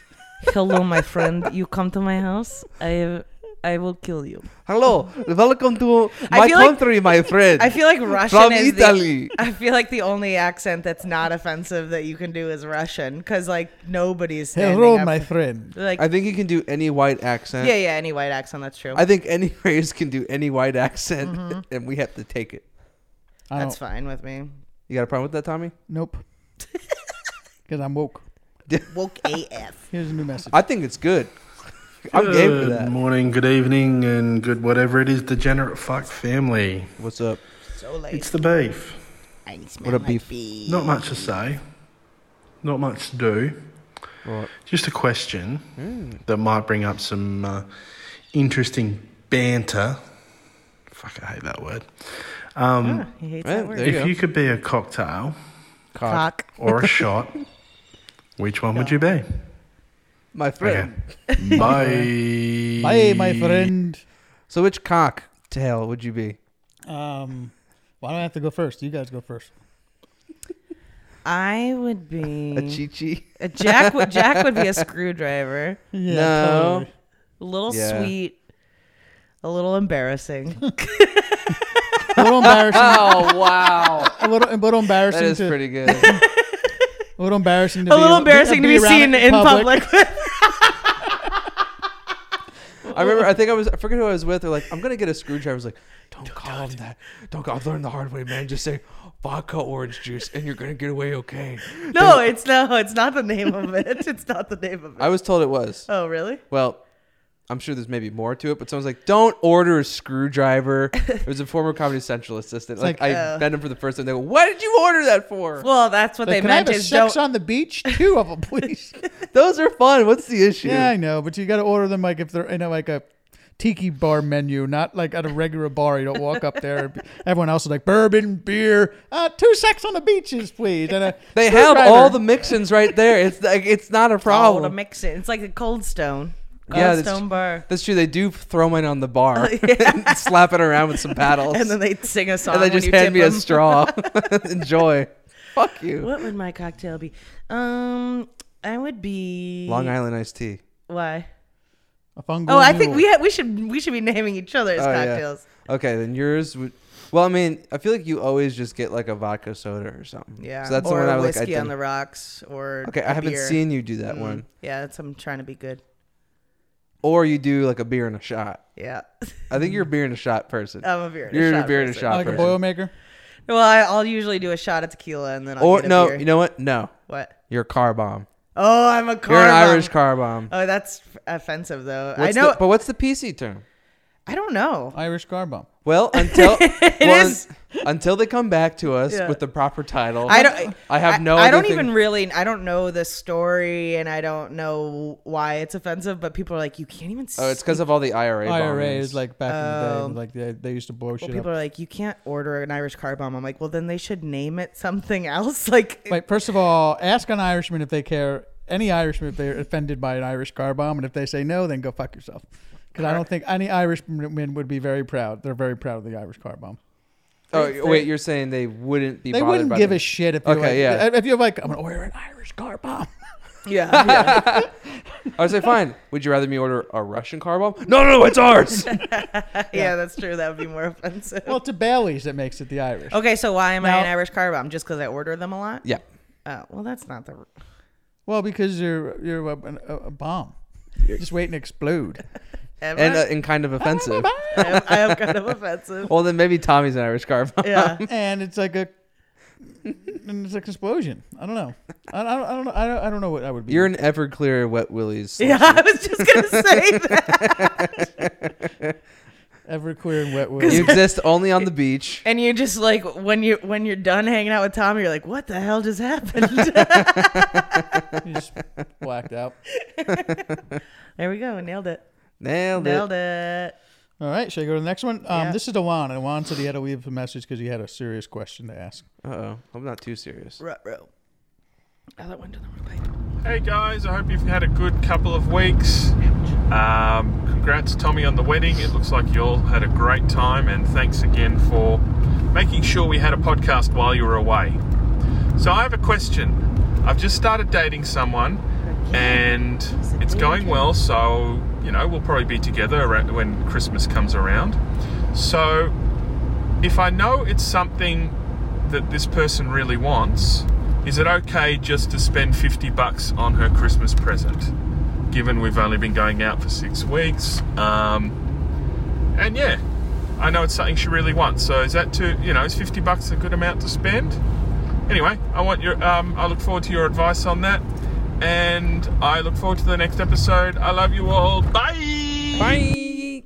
hello, my friend. You come to my house, I, I will kill you.
Hello, welcome to
I
my
feel like-
country, my friend.
I feel like Russian
From
is the-
Italy.
I feel like the only accent that's not offensive that you can do is Russian, because like nobody's standing
Hello,
up.
my friend.
like
I think you can do any white accent.
yeah, yeah, any white accent that's true.
I think any race can do any white accent,
Mm-hmm.
and we have to take it.
I
that's
don't,
fine with me.
You got a problem with that, Tommy?
nope. Because I'm woke.
Woke
Ah.
AF.
Here's a new message.
I think it's good. I'm game for
Good
that.
morning, good evening, and good whatever it is, degenerate fuck family.
What's up?
So late.
It's the beef.
I smell
What up,
like
beef?
beef.
Not much to say, not much to do.
Right.
Just a question
Hmm.
that might bring up some uh, interesting banter. Fuck, I hate that word. Um,
Ah, He hates
Eh,
that word.
there you
if
go.
you could be a cocktail
Cock.
Cock.
or a shot, which one would you be?
My
Okay.
friend.
Bye.
Bye, my friend.
So which cocktail would you be?
Um, why do I have to go first? You guys go first.
I would be
Mm.
A chichi?
Uh, Jack would Jack would be a screwdriver.
Yeah,
No.
totally.
A little
Yeah.
sweet, a little embarrassing.
A little embarrassing.
Oh wow,
a little, a little embarrassing.
that is
to,
pretty good.
A little embarrassing. To
a
be,
little embarrassing to be
around
seen in public.
I remember. I think I was. I forget who I was with. They're like, I'm gonna get a screwdriver. I was like, don't, call him that. Don't call. I've learned the hard way, man. Just say vodka orange juice, and you're gonna get away okay.
no, it's no, it's not the name of it. It's not the name of it.
I was told it was.
oh, really?
Well, I'm sure there's maybe more to it, but someone's like, "Don't order a screwdriver." it was a former Comedy Central assistant. Like,
like,
I met him for the first time. They go, "Why did you order that for?"
oh. Well, that's what
Like,
they
can I
meant
have a
is
sex
don't.
on the beach? Two of them, please.
Those are fun. What's the issue?
yeah, I know, but you got to order them like if they're you know like a tiki bar menu, not like at a regular bar. You don't walk up there. and be- Everyone else is like bourbon, beer, uh, two sex on the beaches, please. And a
They have all
screwdriver.
the mixins right there. It's like it's not a
Oh, to
problem.
mix it. It's like a cold stone. Cold
Yeah, that's-
stone bar.
That's true. They do throw mine on the bar and slap it around with some paddles.
And then they sing a song.
and they
when
just
you
hand
tip
me a
them.
straw. Enjoy. Fuck you.
What would my cocktail be? Um, I would be
Long Island iced tea.
Why?
A fungal
Oh, I think
mule.
we ha- we should we should be naming each other's
Oh, yeah.
cocktails.
Okay, then yours would. Well, I mean, I feel like you always just get like a vodka soda or something.
Yeah.
So that's
or
the one I like.
whiskey
I think.
on the rocks or
okay,
I
I haven't seen you do that
Mm-hmm.
one.
Mm. Yeah, that's I'm trying to be good.
Or you do like a beer and a shot.
Yeah.
I think you're a beer and a shot person.
Mm-hmm. I'm a beer and a
you're
shot
beer and a
person.
shot
like a
person.
boil maker.
well, I, I'll usually do a shot of tequila and then I'll
or
get a
no,
beer.
you know what? No,
what?
you're a car bomb.
Oh, I'm a car.
you're an
bomb.
Irish car bomb.
Oh, that's f- offensive though.
What's
I know.
the- but what's the PC term?
I don't know.
Irish car bomb.
Well, until well,
is-
until they come back to us
Yeah.
with the proper title,
I don't.
I have no.
I, don't
anything-
even really. I don't know the story, and I don't know why it's offensive. But people are like, you can't even.
Oh, it's because of all the IRA.
IRA
bombings.
is like back in the day, like they, they used to
Um,
blow
Well,
shit
people
up.
are like, you can't order an Irish car bomb. I'm like, well, then they should name it something else. Like,
Wait, first of all, ask an Irishman if they care. Any Irishman if they're offended by an Irish car bomb, and if they say no, then go fuck yourself. Because I don't think any Irishman would be very proud. They're very proud of the Irish car bomb.
Oh wait, you're saying they wouldn't be.
They
bothered
wouldn't
by
give
the-
a shit if you're
Okay,
like,
yeah.
if you're like, I'm gonna order an Irish car bomb.
yeah,
I would say, fine. Would you rather me order a Russian car bomb? No, no, it's ours.
yeah, that's true. That would be more offensive.
well, it's a Bailey's that makes it the Irish.
okay, so why am I an
Now-
Irish car bomb? Just because I order them a lot?
yeah.
Oh, well, that's not the.
Well, because you're you're a, a, a bomb. Just waiting to explode.
Am
and
I,
uh, and kind of offensive.
am- I am kind of offensive.
Well, then maybe Tommy's an Irish car bomb.
Yeah.
and it's like a and it's like an explosion. I don't know. I, I, I don't know. I don't, I don't know what I would be.
You're an Everclear Wet Willie's.
Yeah, I was just gonna say that.
ever queer and wet
You
wood.
exist only on the beach.
And you just like when you when you're done hanging out with Tommy, you're like, what the hell just happened?
You just blacked out.
there we go, nailed it,
Nailed,
nailed it.
it.
All right, should I go to the next one? Um,
Yeah.
This is Dewan, and Dewan said he had to leave a message because he had a serious question to ask.
Uh oh. I'm not too serious.
Ruh, ruh. Oh, that went to the wrong way.
Hey guys, I hope you've had a good couple of weeks. Um, congrats, Tommy, on the wedding. It looks like you all had a great time, and thanks again for making sure we had a podcast while you were away. So, I have a question. I've just started dating someone, and it's going well, so you know, we'll probably be together around when Christmas comes around. So, if I know it's something that this person really wants, is it okay just to spend 50 bucks on her Christmas present? Given we've only been going out for six weeks. Um, and yeah, I know it's something she really wants. So is that too, you know, is 50 bucks a good amount to spend? Anyway, I want your, um, I look forward to your advice on that. And I look forward to the next episode. I love you all. Bye.
Bye.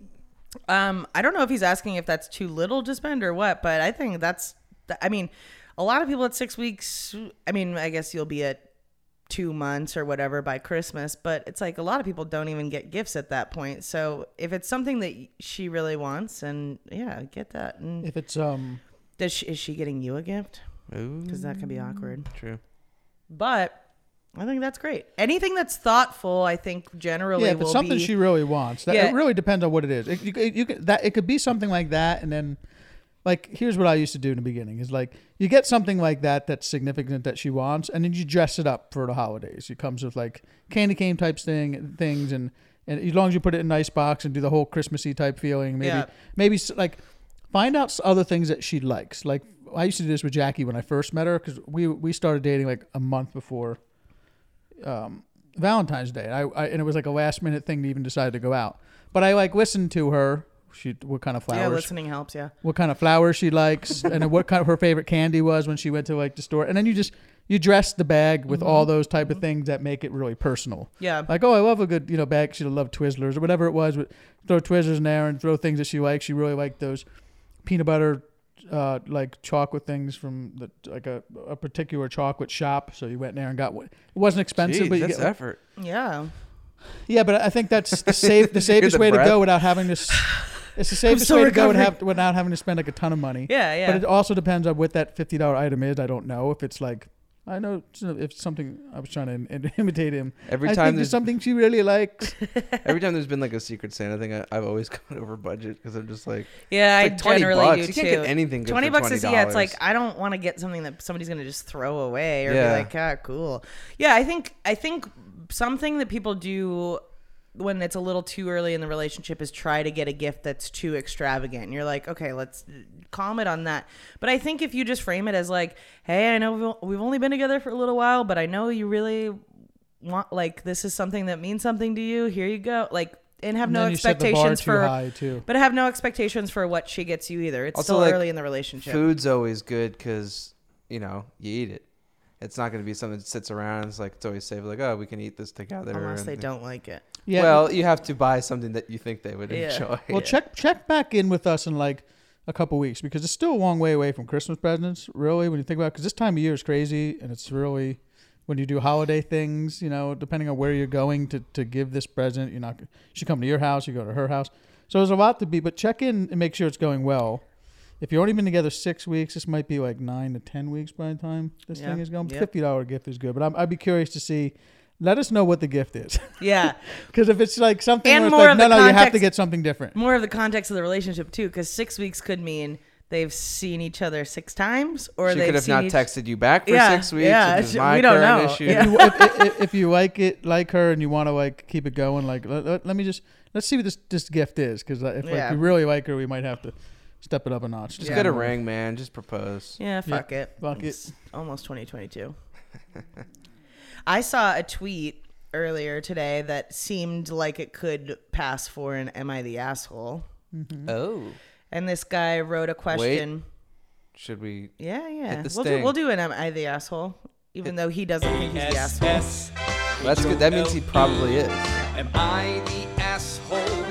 Um, I don't know if he's asking if that's too little to spend or what, but I think that's. th- I mean, a lot of people at six weeks. I mean, I guess you'll be at two months or whatever by Christmas, but it's like a lot of people don't even get gifts at that point. So if it's something that she really wants, and yeah, get that. And
If it's um,
does she, is she getting you a gift?
Ooh,
Because that can be awkward.
true.
But I think that's great. Anything that's thoughtful, I think generally
yeah, if
will
it's something
be.
she really wants, that,
Yeah.
it really depends on what it is. It, you, you could- that it could be something like that, and then like here's what I used to do in the beginning is like you get something like that that's significant that she wants, and then you dress it up for the holidays. It comes with like candy cane types thing things, and and as long as you put it in a nice box and do the whole Christmassy type feeling, maybe
Yeah.
maybe s- like find out s- other things that she likes. Like I used to do this with Jackie when I first met her because we we started dating like a month before Valentine's Day. I, I and it was like a last minute thing to even decide to go out. But I like listened to her. She what kind of flowers?
yeah, listening helps. Yeah.
What kind of flowers she likes, and then what kind of her favorite candy was when she went to like the store. And then you just you dress the bag with all
Mm-hmm.
those type of things that make it really personal.
Yeah.
Like oh, I love a good you know bag. She loved Twizzlers or whatever it was. But throw Twizzlers in there and throw things that she likes. She really liked those peanut butter. Uh, like chocolate things from the like a, a particular chocolate shop. So you went there and got what it wasn't expensive,
Jeez,
but you
that's
get like,
effort.
Yeah.
yeah, but I think that's the safe, the safest
the
way to
breath?
go without having to. s- It's the safest
so
way to go and
recovering.
have, without having to spend like a ton of money.
Yeah, yeah.
But it also depends on what that fifty dollar item is. I don't know if it's like. I know it's- uh, if something I was trying to im- im- imitate him.
Every
I
time
think there's
there's-
something she really likes.
Every time there's been like a Secret Santa thing, I, I've always gone over budget because I'm just like,
Yeah,
It's like
I
20
generally
bucks.
do too.
You can't get anything good
Twenty
for
bucks is yeah. It's
$20.
like I don't want to get something that somebody's gonna just throw away or
Yeah.
be like, ah, cool. Yeah, I think I think something that people do when it's a little too early in the relationship is try to get a gift that's too extravagant. And you're like, okay, let's calm it on that. But I think if you just frame it as like, hey, I know we've only been together for a little while, but I know you really want like this is something that means something to you. Here you go. Like and have
And
no
then you set the bar
expectations
too
for
high, too.
but I have no expectations for what she gets you either. It's
Also,
still
like,
early in the relationship.
food's always good because you know you eat it. It's not going to be something that sits around. It's like it's always safe. Like oh, we can eat this together.
Unless
and
they
things.
don't like it.
Yeah.
Well, you have to buy something that you think they would
Yeah.
enjoy.
well, check check back in with us in like a couple weeks because it's still a long way away from Christmas presents. Really, when you think about, because this time of year is crazy, and it's really when you do holiday things. You know, depending on where you're going to to give this present, you're not. She come to your house, you go to her house. So there's a lot to be, but check in and make sure it's going well. If you've only been together six weeks, this might be like nine to ten weeks by the time this
Yeah.
thing is going.
Yep.
Fifty dollar gift is good, but I'm, I'd be curious to see. Let us know what the gift is,
Yeah.
because if it's like something,
And
where it's
more
like,
of
no,
the
no, you have to
context-
get something different.
More of the context of the relationship too, because six weeks could mean they've seen each other six times, or
she
they've
could have
seen
not
each-
texted you back for
Yeah,
six weeks.
yeah,
which is
she-
my
we don't
current
know.
issue.
Yeah.
you- if, if- if, if you like it, like her, and you want to like keep it going, like let, let, let me just let's see what this this gift is, because if like,
Yeah.
we really like her, we might have to step it up a notch.
Just
Yeah.
get a ring, man. Just propose.
Yeah, fuck it.
fuck it.
It's almost 2022. I saw a tweet earlier today that seemed like it could pass for an "Am I the asshole?"
Oh,
And this guy wrote a question.
should we?
Yeah, yeah.
the
we'll do.
sting.
We'll do an "Am I the asshole?" Even though he doesn't think he's the asshole.
That's good. That means he probably is.
Am I the asshole?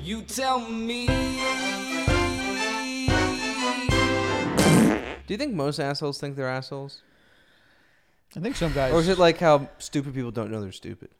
You tell me.
Do you think most assholes think they're assholes,
I think some guys.
or is it like how stupid people don't know they're stupid?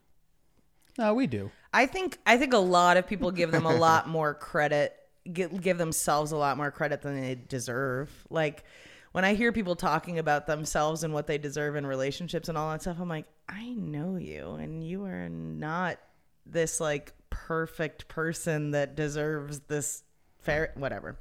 no, we do.
I think I think a lot of people give them a lot more credit, give, give themselves a lot more credit than they deserve. Like when I hear people talking about themselves and what they deserve in relationships and all that stuff, I'm like, I know you, and you are not this like perfect person that deserves this fair whatever.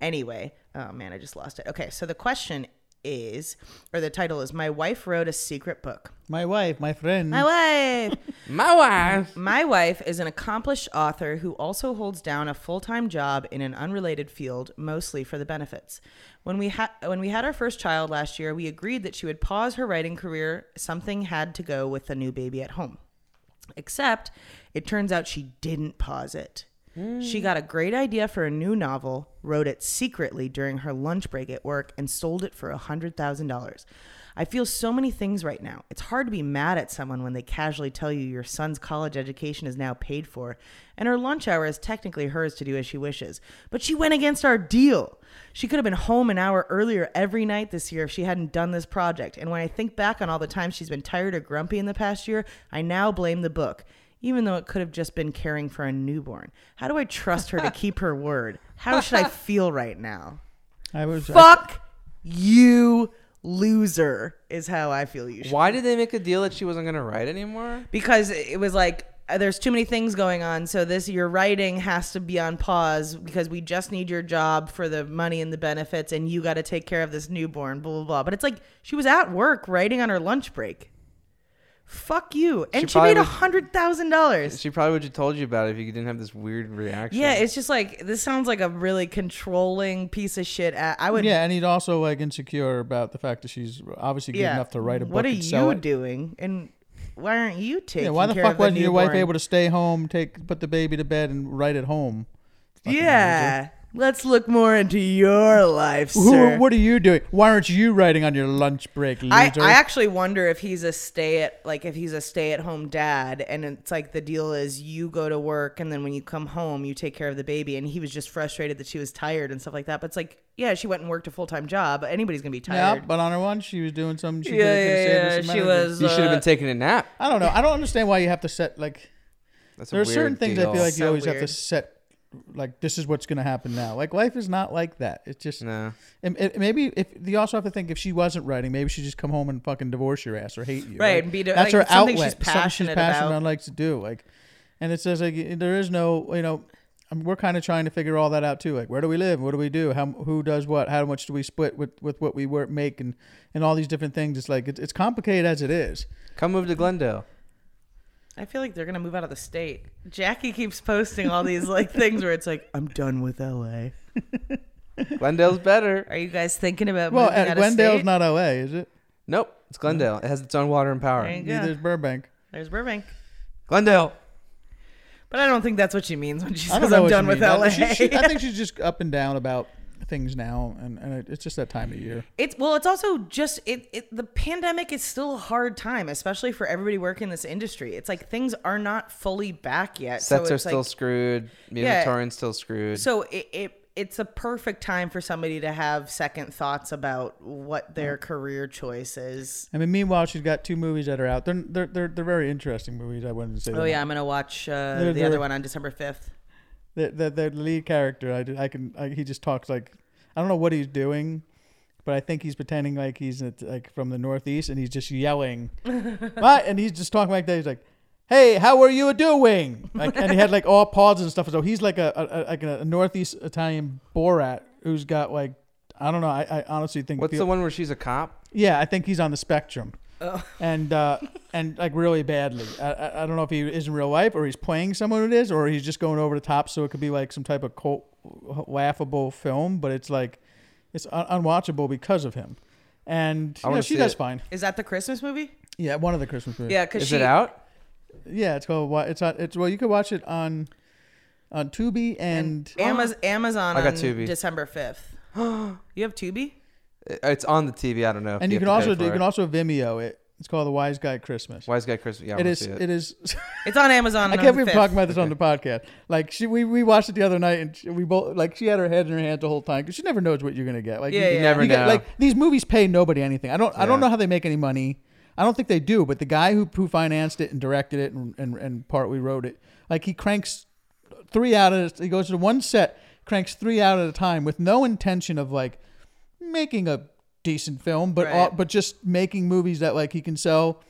Anyway, oh man, I just lost it. Okay, so the question is, or the title is, my wife wrote a secret book.
My wife, my friend.
My wife.
Mm. My wife.
My wife is an accomplished author who also holds down a full-time job in an unrelated field, mostly for the benefits. When we had when we had our first child last year, we agreed that she would pause her writing career. Something had to go with the new baby at home. Except, it turns out she didn't pause it. She got a great idea for a new novel, wrote it secretly during her lunch break at work, and sold it for $100,000. I feel so many things right now. It's hard to be mad at someone when they casually tell you your son's college education is now paid for, and her lunch hour is technically hers to do as she wishes. But she went against our deal. She could have been home an hour earlier every night this year if she hadn't done this project. And when I think back on all the times she's been tired or grumpy in the past year, I now blame the book, even though it could have just been caring for a newborn. How do I trust her to keep her word? How should I feel right now?
I was. uh, I-
Fuck you, loser, is how I feel you should.
Why did they make a deal that she wasn't gonna write anymore?
Because it was like, uh, there's too many things going on. So this, your writing has to be on pause because we just need your job for the money and the benefits, and you got to take care of this newborn, blah, blah, blah. But it's like, she was at work writing on her lunch break. Fuck you. And she,
probably
made a
was-
$100,000.
She probably would have told you about it if you didn't have this weird reaction.
Yeah, it's just like this sounds like a really controlling piece of shit. a- I would.
yeah, and he's also like insecure about the fact that she's obviously good
yeah.
enough to write a book.
What are
and sell
you
it.
doing? And why aren't you taking?
Yeah, why the
care
fuck
of
wasn't your wife
newborn?
able to stay home, take put the baby to bed, and write at home?
Yeah, let's look more into your life,
Who?
sir.
What are you doing? Why aren't you writing on your lunch break, loser?
I, I actually wonder if he's a stay at like if he's a stay at home dad and it's like the deal is you go to work and then when you come home you take care of the baby and he was just frustrated that she was tired and stuff like that but it's like yeah she went and worked a full time job but anybody's gonna be
Yeah,
tired
but on her one, she was doing something. She
yeah yeah,
really could've saved her
yeah,
some
she
energy.
was
you should have
uh,
been taking a nap.
I don't know. I don't understand why you have to set like
That's a
there are
weird
certain things I
deal.
feel like you
So
always have to
weird.
set like this is what's going to happen now. Like life is not like that. It's just
No.
and- and maybe if you also have to think if she wasn't writing, maybe she just come home and fucking divorce your ass or hate you.
Right,
Like,
and be de-
that's
like,
her
something she's
outlet.
passionate about.
likes to do. Like, and it says like there is no you know. I mean, we're kind of trying to figure all that out too. Like, where do we live? What do we do? How who does what? How much do we split with, with what we work make and and all these different things? It's like it's, it's complicated as it is.
Come move to Glendale.
I feel like they're gonna move out of the state. Jackie keeps posting all these like things where it's like, I'm done with LA.
Glendale's better.
Are you guys thinking about
Well,
moving out
at
of
Glendale's
state?
not LA, is it?
Nope, it's Glendale. It has its own water and power.
There you
Neither
go.
is Burbank.
There's Burbank.
Glendale.
But I don't think that's what she means when she
I don't
says
know
I'm
what
done
you
with
mean. I-
LA.
she- she- I think she's just up and down about things now, and, and it- it's just that time of year.
It's well, it's also just it, it. The pandemic is still a hard time, especially for everybody working in this industry. It's like things are not fully back yet.
Sets
so
are
it's
still
like,
screwed. Music
Yeah.
still screwed.
So it, it it's a perfect time for somebody to have second thoughts about what their career choice is.
I mean, meanwhile, she's got two movies that are out. They're they're they're, they're very interesting movies. I wouldn't say.
Oh yeah, I'm gonna watch uh,
They're-
the
they're-
other one on December fifth.
the, the the lead character. I, did- I can I, he just talks like I don't know what he's doing, but I think he's pretending like he's at, like from the northeast and he's just yelling. "What?" and he's just talking like that. He's like, "Hey, how are you doing?" Like, and he had like all pauses and stuff. So he's like a, a, a like a northeast Italian Borat who's got like I don't know. I, I honestly think
What's
peo-
the one where she's a cop?
Yeah, I think he's on the spectrum.
Oh.
And uh, and like really badly. I, I I don't know if he is in real life or he's playing someone it is or he's just going over the top. So it could be like some type of cult, laughable film, but it's like it's un- unwatchable because of him. And
I
you know,
wanna
she
see
does
it.
fine.
Is that the Christmas movie?
Yeah, one of the Christmas movies.
Yeah, 'cause
Is it she- out?
Yeah, it's called. Wa- It's on. It's well, you could watch it on on Tubi and,
Amaz- Amazon
I
on
got Tubi.
December fifth. you have Tubi?
It- Uh, It's on the TV. I don't know. if
and you can
have to pay
also
for
do, you
it.
can also Vimeo it. It's called The Wise Guy Christmas.
Wise Guy Christmas. Yeah, I
it
wanna
is.
see it.
It is.
It's on Amazon.
I
on
can't
the
believe we're
5th.
talking about this on the podcast. Like she, we, we watched it the other night, and she, we both like she had her head in her hands the whole time because she never knows what you're gonna get. Like
Yeah, You yeah. never
get-
know.
like these movies pay nobody anything. I don't I don't
Yeah.
know how they make any money. I don't think they do. But the guy who who financed it and directed it and and, and part we wrote it, like he cranks three out of he goes to one set, cranks three out at a time with no intention of like making a decent film, but all,
Right.
but just making movies that like he can sell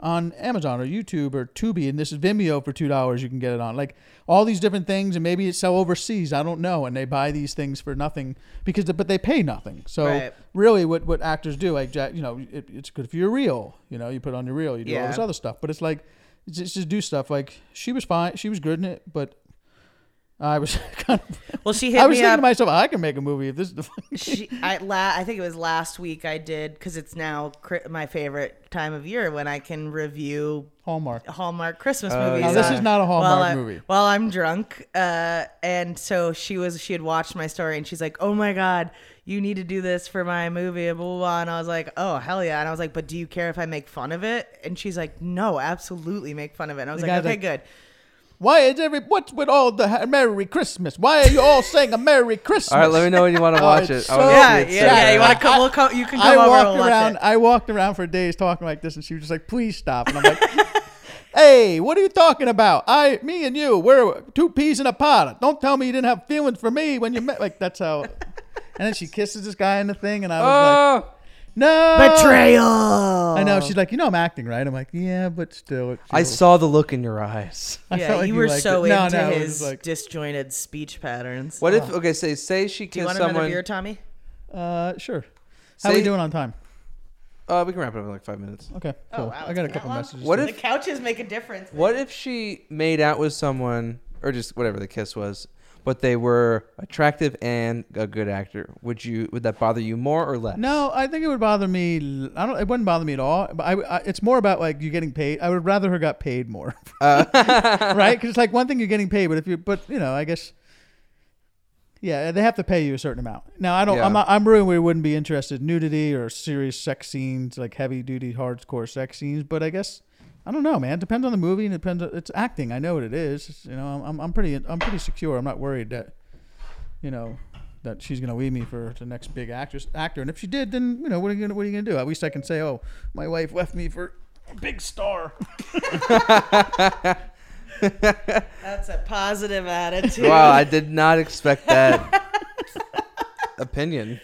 on Amazon or YouTube or Tubi, and this is Vimeo for two dollars. You can get it on like all these different things, and maybe it's sell overseas. I don't know, and they buy these things for nothing because but they pay nothing. So
Right.
really, what what actors do, like Jack, you know, it, it's good for your reel. You know, you put on your reel, you do all this
Yeah.
other stuff, but it's like it's just, just do stuff. Like she was fine, she was good in it, but. I was kind of.
Well, she
I
hit
was
me
thinking
up-
to myself, I can make a movie if this is the.
she, I la- I think it was last week I did because it's now cri- my favorite time of year when I can review
Hallmark
Hallmark Christmas
Oh,
movies.
yeah. Now, this is not a
while
Hallmark
I'm-
movie.
While I'm drunk, uh, and so she was she had watched my story and she's like, "Oh my god, you need to do this for my movie," and blah blah. blah. And I was like, "Oh hell yeah!" And I was like, "But do you care if I make fun of it?" And she's like, "No, absolutely make fun of it." And I was
The
like,
guy's
"Okay, good."
like, Why is every what's with all the ha- Merry Christmas? Why are you all saying a Merry Christmas?
All right, let me know when you want to
Oh,
watch
it's
it. I wanna
so
see it
good.
so bad.
come? We'll come. You can
I
come over
walked
and watch
around.
it.
I walked around for days talking like this, and she was just like, "Please stop." And I'm like, "Hey, what are you talking about? I, me, and you, we're two peas in a pod. Don't tell me you didn't have feelings for me when you met." Like that's how. And then she kisses this guy in the thing, and I
Oh,
was like, "No
Betrayal.
I know. She's like, "You know, I'm acting, right?" I'm like, "Yeah, but still." It
I
feels-
saw the look in your eyes.
I
yeah,
felt like
you
you
were
liked
so
it. No,
into
no, it was
his
like-
disjointed speech patterns.
What if?
Oh.
Okay, say say she
Do you
kissed
want
someone.
another beer, Tommy?
Uh, sure. How are we
Say-
doing on time?
Uh, we can wrap it up in like five minutes.
Okay,
Oh,
cool. I got a couple messages.
What
too.
The couches make a difference.
What if she made out with someone, or just whatever the kiss was, but they were attractive and a good actor? Would you? Would that bother you more or less?
No, I think it would bother me. l- I don't. It wouldn't bother me at all. But I, I it's more about like you getting paid. I would rather her got paid more, right? Because it's like one thing you're getting paid, but if you, but you know, I guess, yeah, they have to pay you a certain amount. Now, I don't.
Yeah.
I'm not. I'm really wouldn't be interested in nudity or serious sex scenes, like heavy duty hardcore sex scenes. But I guess I don't know, man. It depends on the movie and it depends. On, it's acting. I know what it is. It's, you know, I'm- I'm I'm pretty I'm pretty secure. I'm not worried that you know, that she's gonna leave me for the next big actress actor. And if she did, then you know, what are you gonna what are you gonna do? At least I can say, oh, my wife left me for a big star.
That's a positive attitude.
Wow, I did not expect that opinion.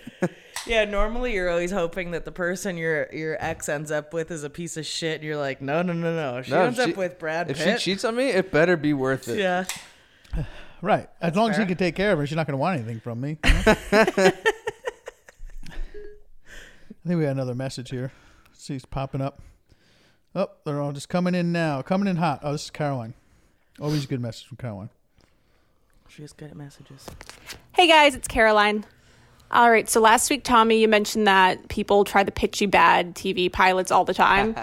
yeah, normally you're always hoping that the person your your ex ends up with is a piece of shit, and you're like, no, no, no, no. She
No, if
ends
she-
up with Brad
If
Pitt.
she cheats on me, it better be worth it.
yeah,
Right. as long as he
fair.
can take care of her, she's not gonna want anything from me. you know? I think we got another message here. See, it's popping up. Oh, they're all just coming in now. Coming in hot. Oh, this is Caroline. Always a good message from Caroline.
she's good at messages.
Hey guys, it's Caroline. All right, so last week, Tommy, you mentioned that people try to pitch you bad TV pilots all the time.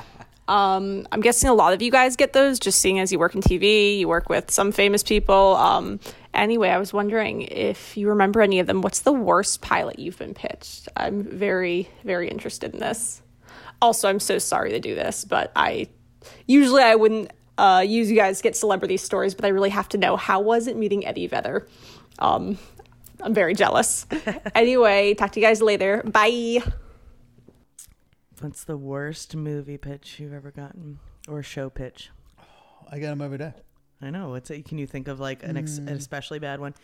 um, I'm guessing a lot of you guys get those, just seeing as you work in TV, you work with some famous people. Um, Anyway, I was wondering if you remember any of them. What's the worst pilot you've been pitched? I'm very, very interested in this. Also, I'm so sorry to do this, but I usually I wouldn't uh, use you guys to get celebrity stories, but I really have to know how was it meeting Eddie Vedder. Um, I'm very jealous. anyway, talk to you guys later. Bye.
What's the worst movie pitch you've ever gotten or show pitch?
I get them every day.
I know. What's it? Can you think of like an,
Hmm.
ex- an
Mm.
especially bad one?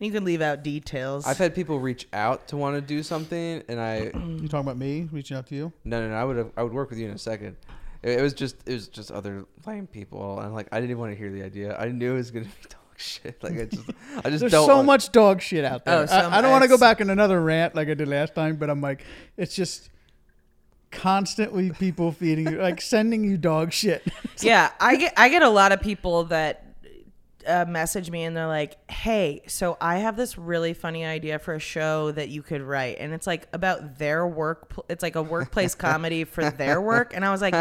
And you can leave out details.
I've had people reach out to want to do something, and I
You talking about me reaching out to you?
no, no, no. I would have, I would work with you in a second. It, it was just, it was just other lame people, and like I didn't even want to hear the idea. I knew it was gonna be dog shit. Like I just, I just
There's
don't.
so
want-
much dog shit out there.
Oh, so
I, I don't want to go
it's-
back in another rant like I did last time, but I'm like, it's just constantly people feeding you, like sending you dog shit.
yeah, I get I get a lot of people that uh, message me and they're like, "Hey, so I have this really funny idea for a show that you could write." And it's like about their work pl- it's like a workplace comedy for their work and I was like,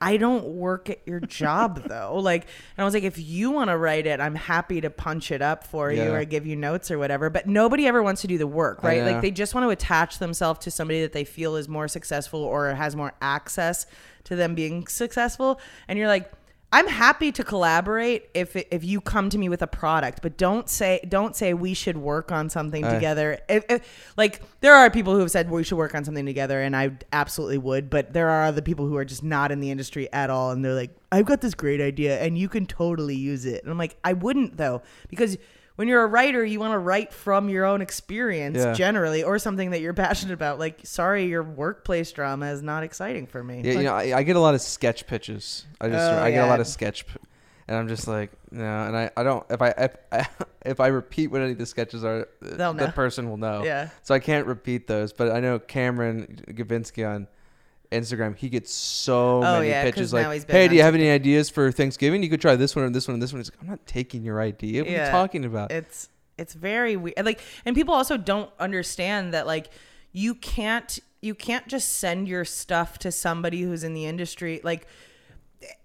"I don't work at your job though." Like and I was like, "If you want to write it, I'm happy to punch it up for you
Yeah.
or give you notes or whatever." But nobody ever wants to do the work,
I
right? Like
know.
they just want to attach themselves to somebody that they feel is more successful or has more access to them being successful and you're like I'm happy to collaborate if if you come to me with a product but don't say don't say we should work on something
Aye.
together if, if- like there are people who have said we should work on something together and I absolutely would but there are other people who are just not in the industry at all and they're like I've got this great idea and you can totally use it and I'm like I wouldn't though because when you're a writer you want to write from your own experience
Yeah.
generally or something that you're passionate about like sorry your workplace drama is not exciting for me
Yeah, you
Like-
know, I, I get a lot of sketch pitches. I just,
Oh,
I get a lot
yeah.
of sketch, p- and I'm just like, no. And I, I don't. If I, if I, if I repeat what any of the sketches are, uh,
They'll
the
know.
person will know.
Yeah.
So I can't repeat those. But I know Cameron Gavinsky on Instagram. He gets so
Oh,
many
yeah, 'cause
pitches.
now
Like,
he's been
hey, do
on
you have any ideas for Thanksgiving? You could try this one and this one and this one. He's like, I'm not taking your idea. What are you talking about?
It's it's very weird. Like, and people also don't understand that like you can't you can't just send your stuff to somebody who's in the industry. Like,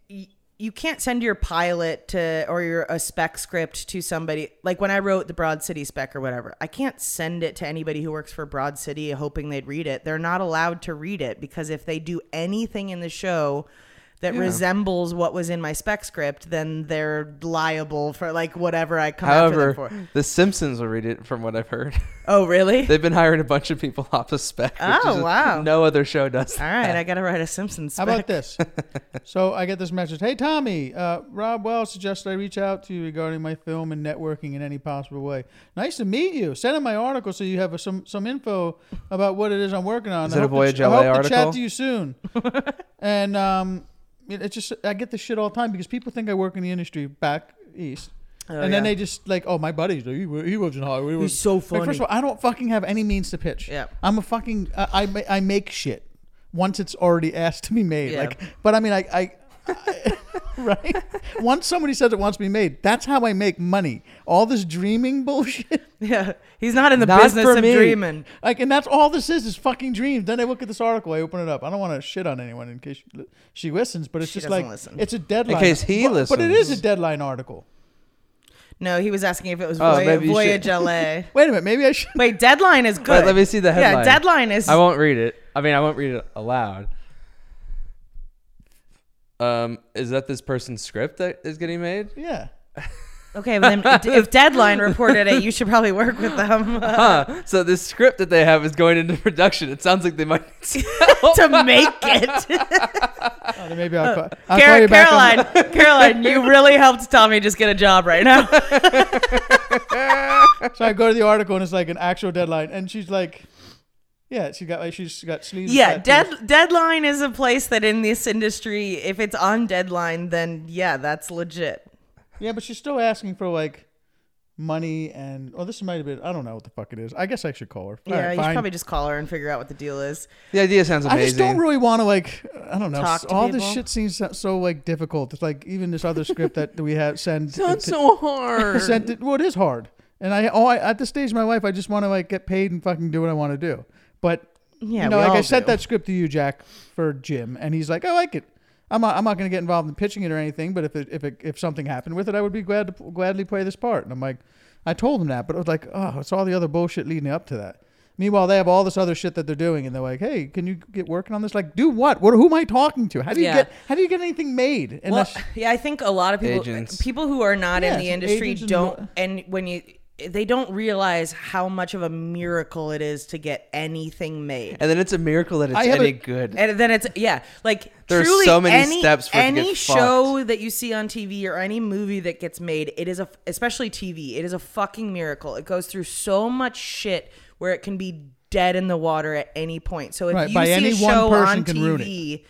y- you can't send your pilot to or your a spec script to somebody. Like when I wrote the Broad City spec or whatever, I can't send it to anybody who works for Broad City hoping they'd read it. They're not allowed to read it because if they do anything in the show that
Yeah.
resembles what was in my spec script, then they're liable for like whatever I come
However,
after them for.
The Simpsons will read it, from what I've heard.
Oh, really?
They've been hiring a bunch of people off of spec. which
Oh,
is-
wow.
No other show does.
All right, I gotta write a Simpsons.
How about this? so I get this message. Hey Tommy, uh, Rob Wells suggested I reach out to you regarding my film and networking in any possible way. Nice to meet you. Send in my article so you have some some info about what it is I'm working on.
Is
I
it a
hope to
Voyage
ch- I
LA
hope to
article?
chat to you soon. and um, it, it's just I get this shit all the time because people think I work in the industry back east.
Oh,
and then
yeah.
they just like, oh, my buddies, he, wo- he lives in Hollywood.
He's so
Like, first of
funny.
all, I don't fucking have any means to pitch.
Yeah.
I'm a fucking I I, ma- I make shit once it's already asked to be made.
Yeah.
Like, but I mean, I, I, I right? Once somebody says it wants to be made, that's how I make money. All this dreaming bullshit.
Yeah, he's not in the business of dreaming.
Like, and that's all this is is fucking dreams. Then I look at this article, I open it up. I don't want to shit on anyone in case she, she listens, but it's
She
just
doesn't
like
listen.
it's a
In
deadline.
case he
but, but it is a
listens.
deadline article.
No, he was asking if it was
Oh,
Voy-
maybe you
Voyage
should-
LA.
Wait a minute, maybe I should.
Wait, deadline is good.
Wait, let me see the headline.
Yeah, deadline is.
I won't read it. I mean, I won't read it aloud. Um, is that this person's script that is getting made?
Yeah.
Okay, but then if- if deadline reported it, you should probably work with them uh,
Huh. So this script that they have is going into production. It sounds like they might.
to make it.
Oh, then maybe I'll, call, I'll call
Uh, Car-
you back. on-
Caroline, Caroline, you really helped Tommy just get a job right now.
so I go to the article and it's like an actual deadline, and she's like, "Yeah, she got like she's got sleeves."
yeah,
tattoos.
dead, deadline is a place that in this industry, if it's on deadline, then yeah, that's legit.
Yeah, but she's still asking for like money and oh, this might have been I don't know what the fuck it is. I guess I should call her.
Yeah, you should probably just call her and figure out what the deal is.
The idea sounds
I just don't
amazing.
really want to like I don't know.
Talk to
all this
people.
shit seems so, so like difficult. It's like even this other script that we have send.
Sounds
to-
so hard.
sent it, well, it is hard. And I, oh, I at this stage of my life, I just want to like get paid and fucking do what I want to do. But
Yeah,
you know,
we
like I
all
sent
do.
that script to you, Jack, for Jim, and he's like, I like it. I'm not, I'm not going to get involved in pitching it or anything, but if it, if it, if something happened with it, I would be glad to gladly play this part. And I'm like, I told them that, but it was like, oh, it's all the other bullshit leading up to that. Meanwhile, they have all this other shit that they're doing, and they're like, "Hey, can you get working on this? Like, do what? What? Who am I talking to? How do you
Yeah.
get? How do you get anything made? And
well,
that's-
yeah, I think a lot of people,
Agents.
people who are not
Yeah,
in the
it's
industry,
agents and
don't, and when you, they don't realize how much of a miracle it is to get anything made.
And then it's a miracle that it's
I have
any
a-
good.
And then it's yeah, like
There are
truly
so many
any,
steps for it to
any
get
show that you see on TV or any movie that gets made, it is a especially TV, it is a fucking miracle. It goes through so much shit where it can be dead in the water at any point. So if
Right,
you
by
see
any
a
one
show
person
on
can ruin it.
TV,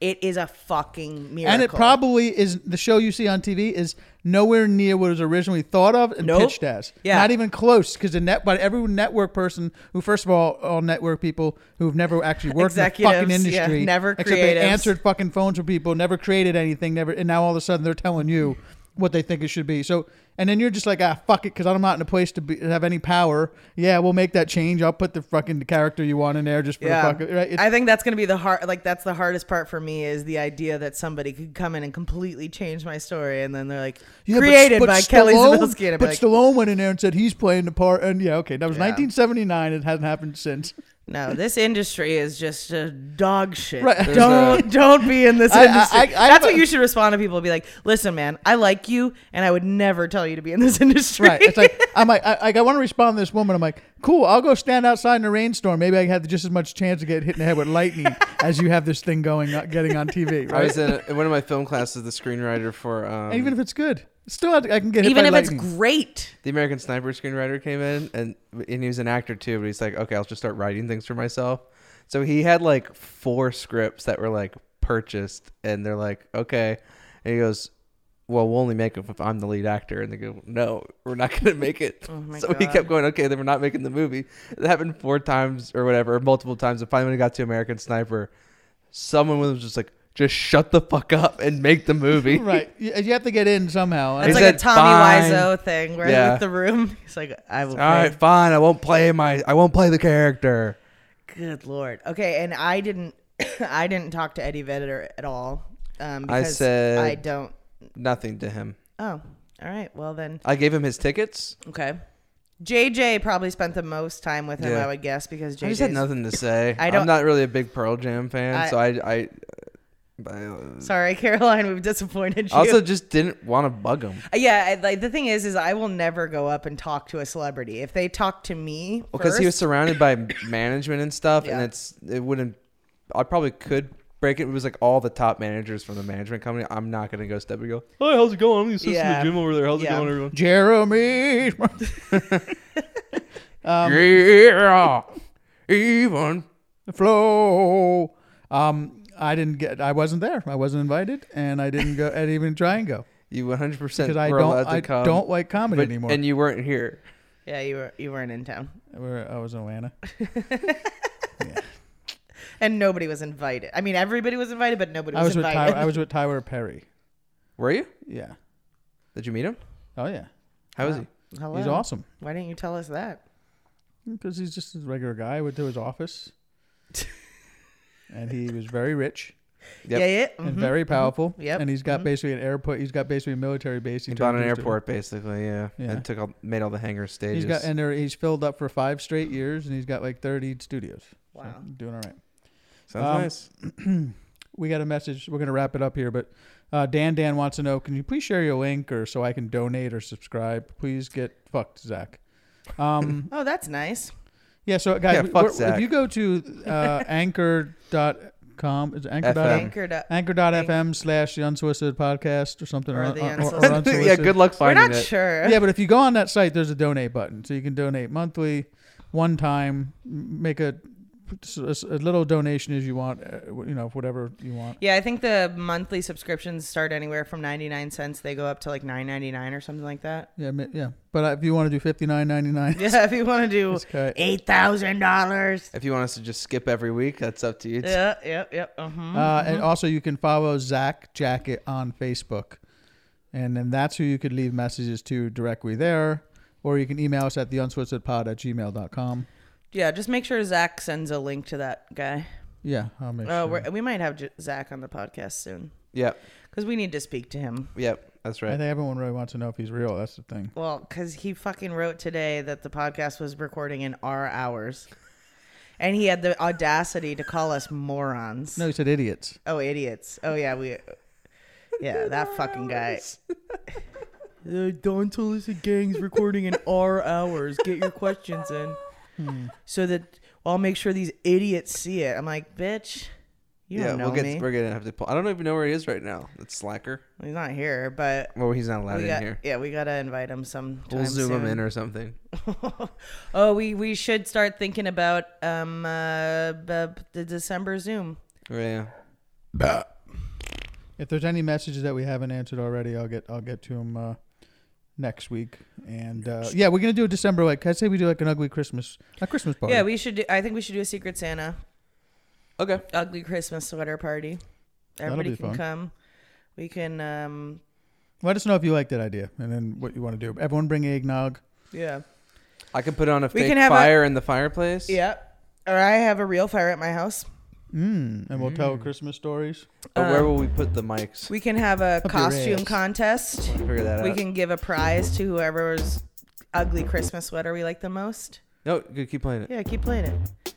it is a fucking miracle.
and it probably is the show you see on TV is nowhere near what it was originally thought of and
Nope.
pitched as.
Yeah.
not even close. Because the net, but every network person who, first of all, all network people who've never actually worked in the fucking
Executives, yeah,
industry,
never
except
creatives.
they answered fucking phones for people, never created anything, never, and now all of a sudden they're telling you what they think it should be. So. And then you're just like, ah, fuck it, because I'm not in a place to be, have any power. Yeah, we'll make that change. I'll put the fucking character you want in there just for
yeah.
the fucking. Right? It's-
I think that's going to be the hard like that's the hardest part for me is the idea that somebody could come in and completely change my story and then they're like
Yeah, but-
created
but
by Kelly
Stallone-
Zabilski and I'd be
But
like,
Stallone went in there and said he's playing the part, and yeah, okay, that was
Yeah.
1979. It hasn't happened since.
No, this industry is just a dog shit.
Right. There's
Don't
a-
don't be in this
I- I-
industry.
I- I have
That's what
a-
you should respond to people. Be like, listen, man, I like you, and I would never tell you to be in this industry.
right. It's like I'm like I, like, I want to respond to this woman. I'm like, cool. I'll go stand outside in a rainstorm. Maybe I have just as much chance of getting hit in the head with lightning as you have this thing going on- getting on TV. Right.
I was in, in one of my film classes, the screenwriter for um,
And even if it's good, still I can get hit
Even
by
if it's
lightning.
great.
the American Sniper screenwriter came in, and and he was an actor too. But he's like, okay, I'll just start writing things for myself. So he had like four scripts that were like purchased, and they're like, okay. And he goes, well, we'll only make it if I'm the lead actor. And they go, no, we're not going to make it.
Oh my
so he
God.
kept going, okay, then we're not making the movie. It happened four times or whatever, multiple times. And finally, when it got to American Sniper, someone was just like, just shut the fuck up and make the movie.
right. You, you have to get in somehow.
That's like a Tommy Wiseau thing, right?
Yeah.
With the room, he's like, I will.
All
play.
right, fine. I won't play my. I won't play the character.
Good lord. Okay, and I didn't, I didn't talk to Eddie Vedder at all. Um,
I
because
said
I don't.
nothing to him.
Oh, all right. Well then,
I gave him his tickets.
okay. JJ probably spent the most time with him,
Yeah.
I would guess, because JJ
I just had nothing to say.
I
I
don't-
am not really a big Pearl Jam fan,
I-
so I. I, I uh,
Sorry, Caroline, we've disappointed you.
also just didn't want to bug him
Uh, yeah, I, like the thing is, is I will never go up and talk to a celebrity if they talk to me
because he was
first-
surrounded by management and stuff, and it's it wouldn't. I probably could break it. It was like all the top managers from the management company. I'm not gonna go step and go. Hi, how's it going? I'm the assistant
Yeah.
to Jim over there. How's
Yeah.
it going, everyone?
Jeremy. um,
yeah, even
flow. Um, I didn't get. I wasn't there. I wasn't invited, and I didn't go. I didn't even try and go.
You 100 percent
Because I don't- I don't like comedy anymore.
And you weren't here.
yeah, you were you weren't in town,
Where I was in Atlanta.
and nobody was invited. I mean, everybody was invited, but nobody was,
I was with
invited.
Tyler, I was with Tyler Perry.
Were you?
Yeah.
Did you meet him?
Oh yeah.
How is he?
Hello.
He's awesome
Why didn't you tell us that?
because he's just a regular guy. I went to his office, and he was very rich.
Yep.
Yeah, yeah,
And
mhm,
very
mhm,
powerful.
yep,
And he's got
mhm.
basically an airport. He's got basically a military base. He
He bought
turned
an
into-
airport, basically. Yeah.
Yeah.
And took all, made all the hangar stages.
He's got and there, he's filled up for five straight years, and he's got like thirty studios.
Wow,
doing all right.
Sounds
um, nice. we got a message. We're gonna wrap it up here, but uh, Dan Dan wants to know: Can you please share your link, or so I can donate or subscribe? Please get fucked, Zach. Um,
Oh, that's nice.
yeah. So guys,
Yeah,
we-
fuck
we're-
Zach.
if you go to uh, anchor.com, is it anchor. dot-
FM. Anchor dot-
anchor.fm slash the unsolicited podcast or something.
Or the
Unsolicited. Yeah, good luck We're finding not it. sure.
Yeah, but if you go on that site, there's a donate button. So you can donate monthly, one time, m- make a, as as little donation as you want, uh, you know, whatever you want.
Yeah, I think the monthly subscriptions start anywhere from ninety nine cents. They go up to like nine ninety nine or something like that.
Yeah, ma- yeah. But uh, if you want to do fifty nine ninety nine,
Yeah, if you want to do
That's correct.
eight thousand dollars.
If you want us to just skip every week, that's up to you.
Yeah, yep, yep. Uh-huh,
Uh, and also, you can follow Zach Jacket on Facebook, and then that's who you could leave messages to directly there, or you can email us at the pod at gmail.com.
Yeah, just make sure Zach sends a link to that guy.
Yeah, I'll make
Oh,
sure.
we're, we might have J- Zach on the podcast soon.
Yep.
Because we need to speak to him.
Yep. That's
I think everyone really wants to know if he's real. That's the thing.
Well, because he fucking wrote today that the podcast was recording in our hours. And he had the audacity to call us morons.
No, he said idiots.
Oh, idiots. Oh, yeah, we. Yeah, that fucking guy. The Don Tolisa gang's recording in our hours. Get your questions in.
Hmm.
So that well, I'll make sure these idiots see it. I'm like, bitch, you
yeah,
don't know
we'll get.
me.
We're gonna have to. Pull, I don't even know where he is right now. That's slacker.
He's not here, but
Well, he's not allowed
we
in
got-
here.
Yeah, we gotta invite him sometime.
We'll zoom
soon.
him in or something.
Oh, we we should start thinking about um uh b- b- the December Zoom.
Yeah.
If there's any messages that we haven't answered already, I'll get I'll get to them uh, next week. And uh, yeah, we're gonna do a December like I say we do like an ugly Christmas, a Christmas
Oh,
party.
Yeah, we should. Do, I think we should do a Secret Santa.
Okay.
Ugly Christmas sweater party.
That'll
Everybody
be
can
fun.
come. We can um
Let us know if you like that idea and then what you want to do. Everyone bring eggnog.
yeah.
I can put on a
We
fake
can have a-
fire in the fireplace.
Yeah. Or I have a real fire at my house.
Mm, and we'll tell Christmas stories.
But where
Um,
will we put the mics?
We can have a
Up your
costume
ass.
contest.
Figure that
we
out.
can give a prize to whoever's ugly Christmas sweater we like the most.
No, good. Keep playing it.
Yeah, keep playing it.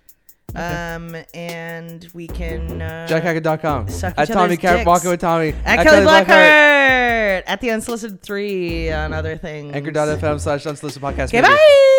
Um, and we can uh,
JackHackett.com.
suck
At
each
Tommy
other's
Cat-
dicks.
Walking with Tommy.
at,
At
Kelly
Kelly Blackheart.
Blackheart at the Unsolicited Three on other things.
Anchor.fm slash unsolicited podcast.
Okay,
Maybe.
bye.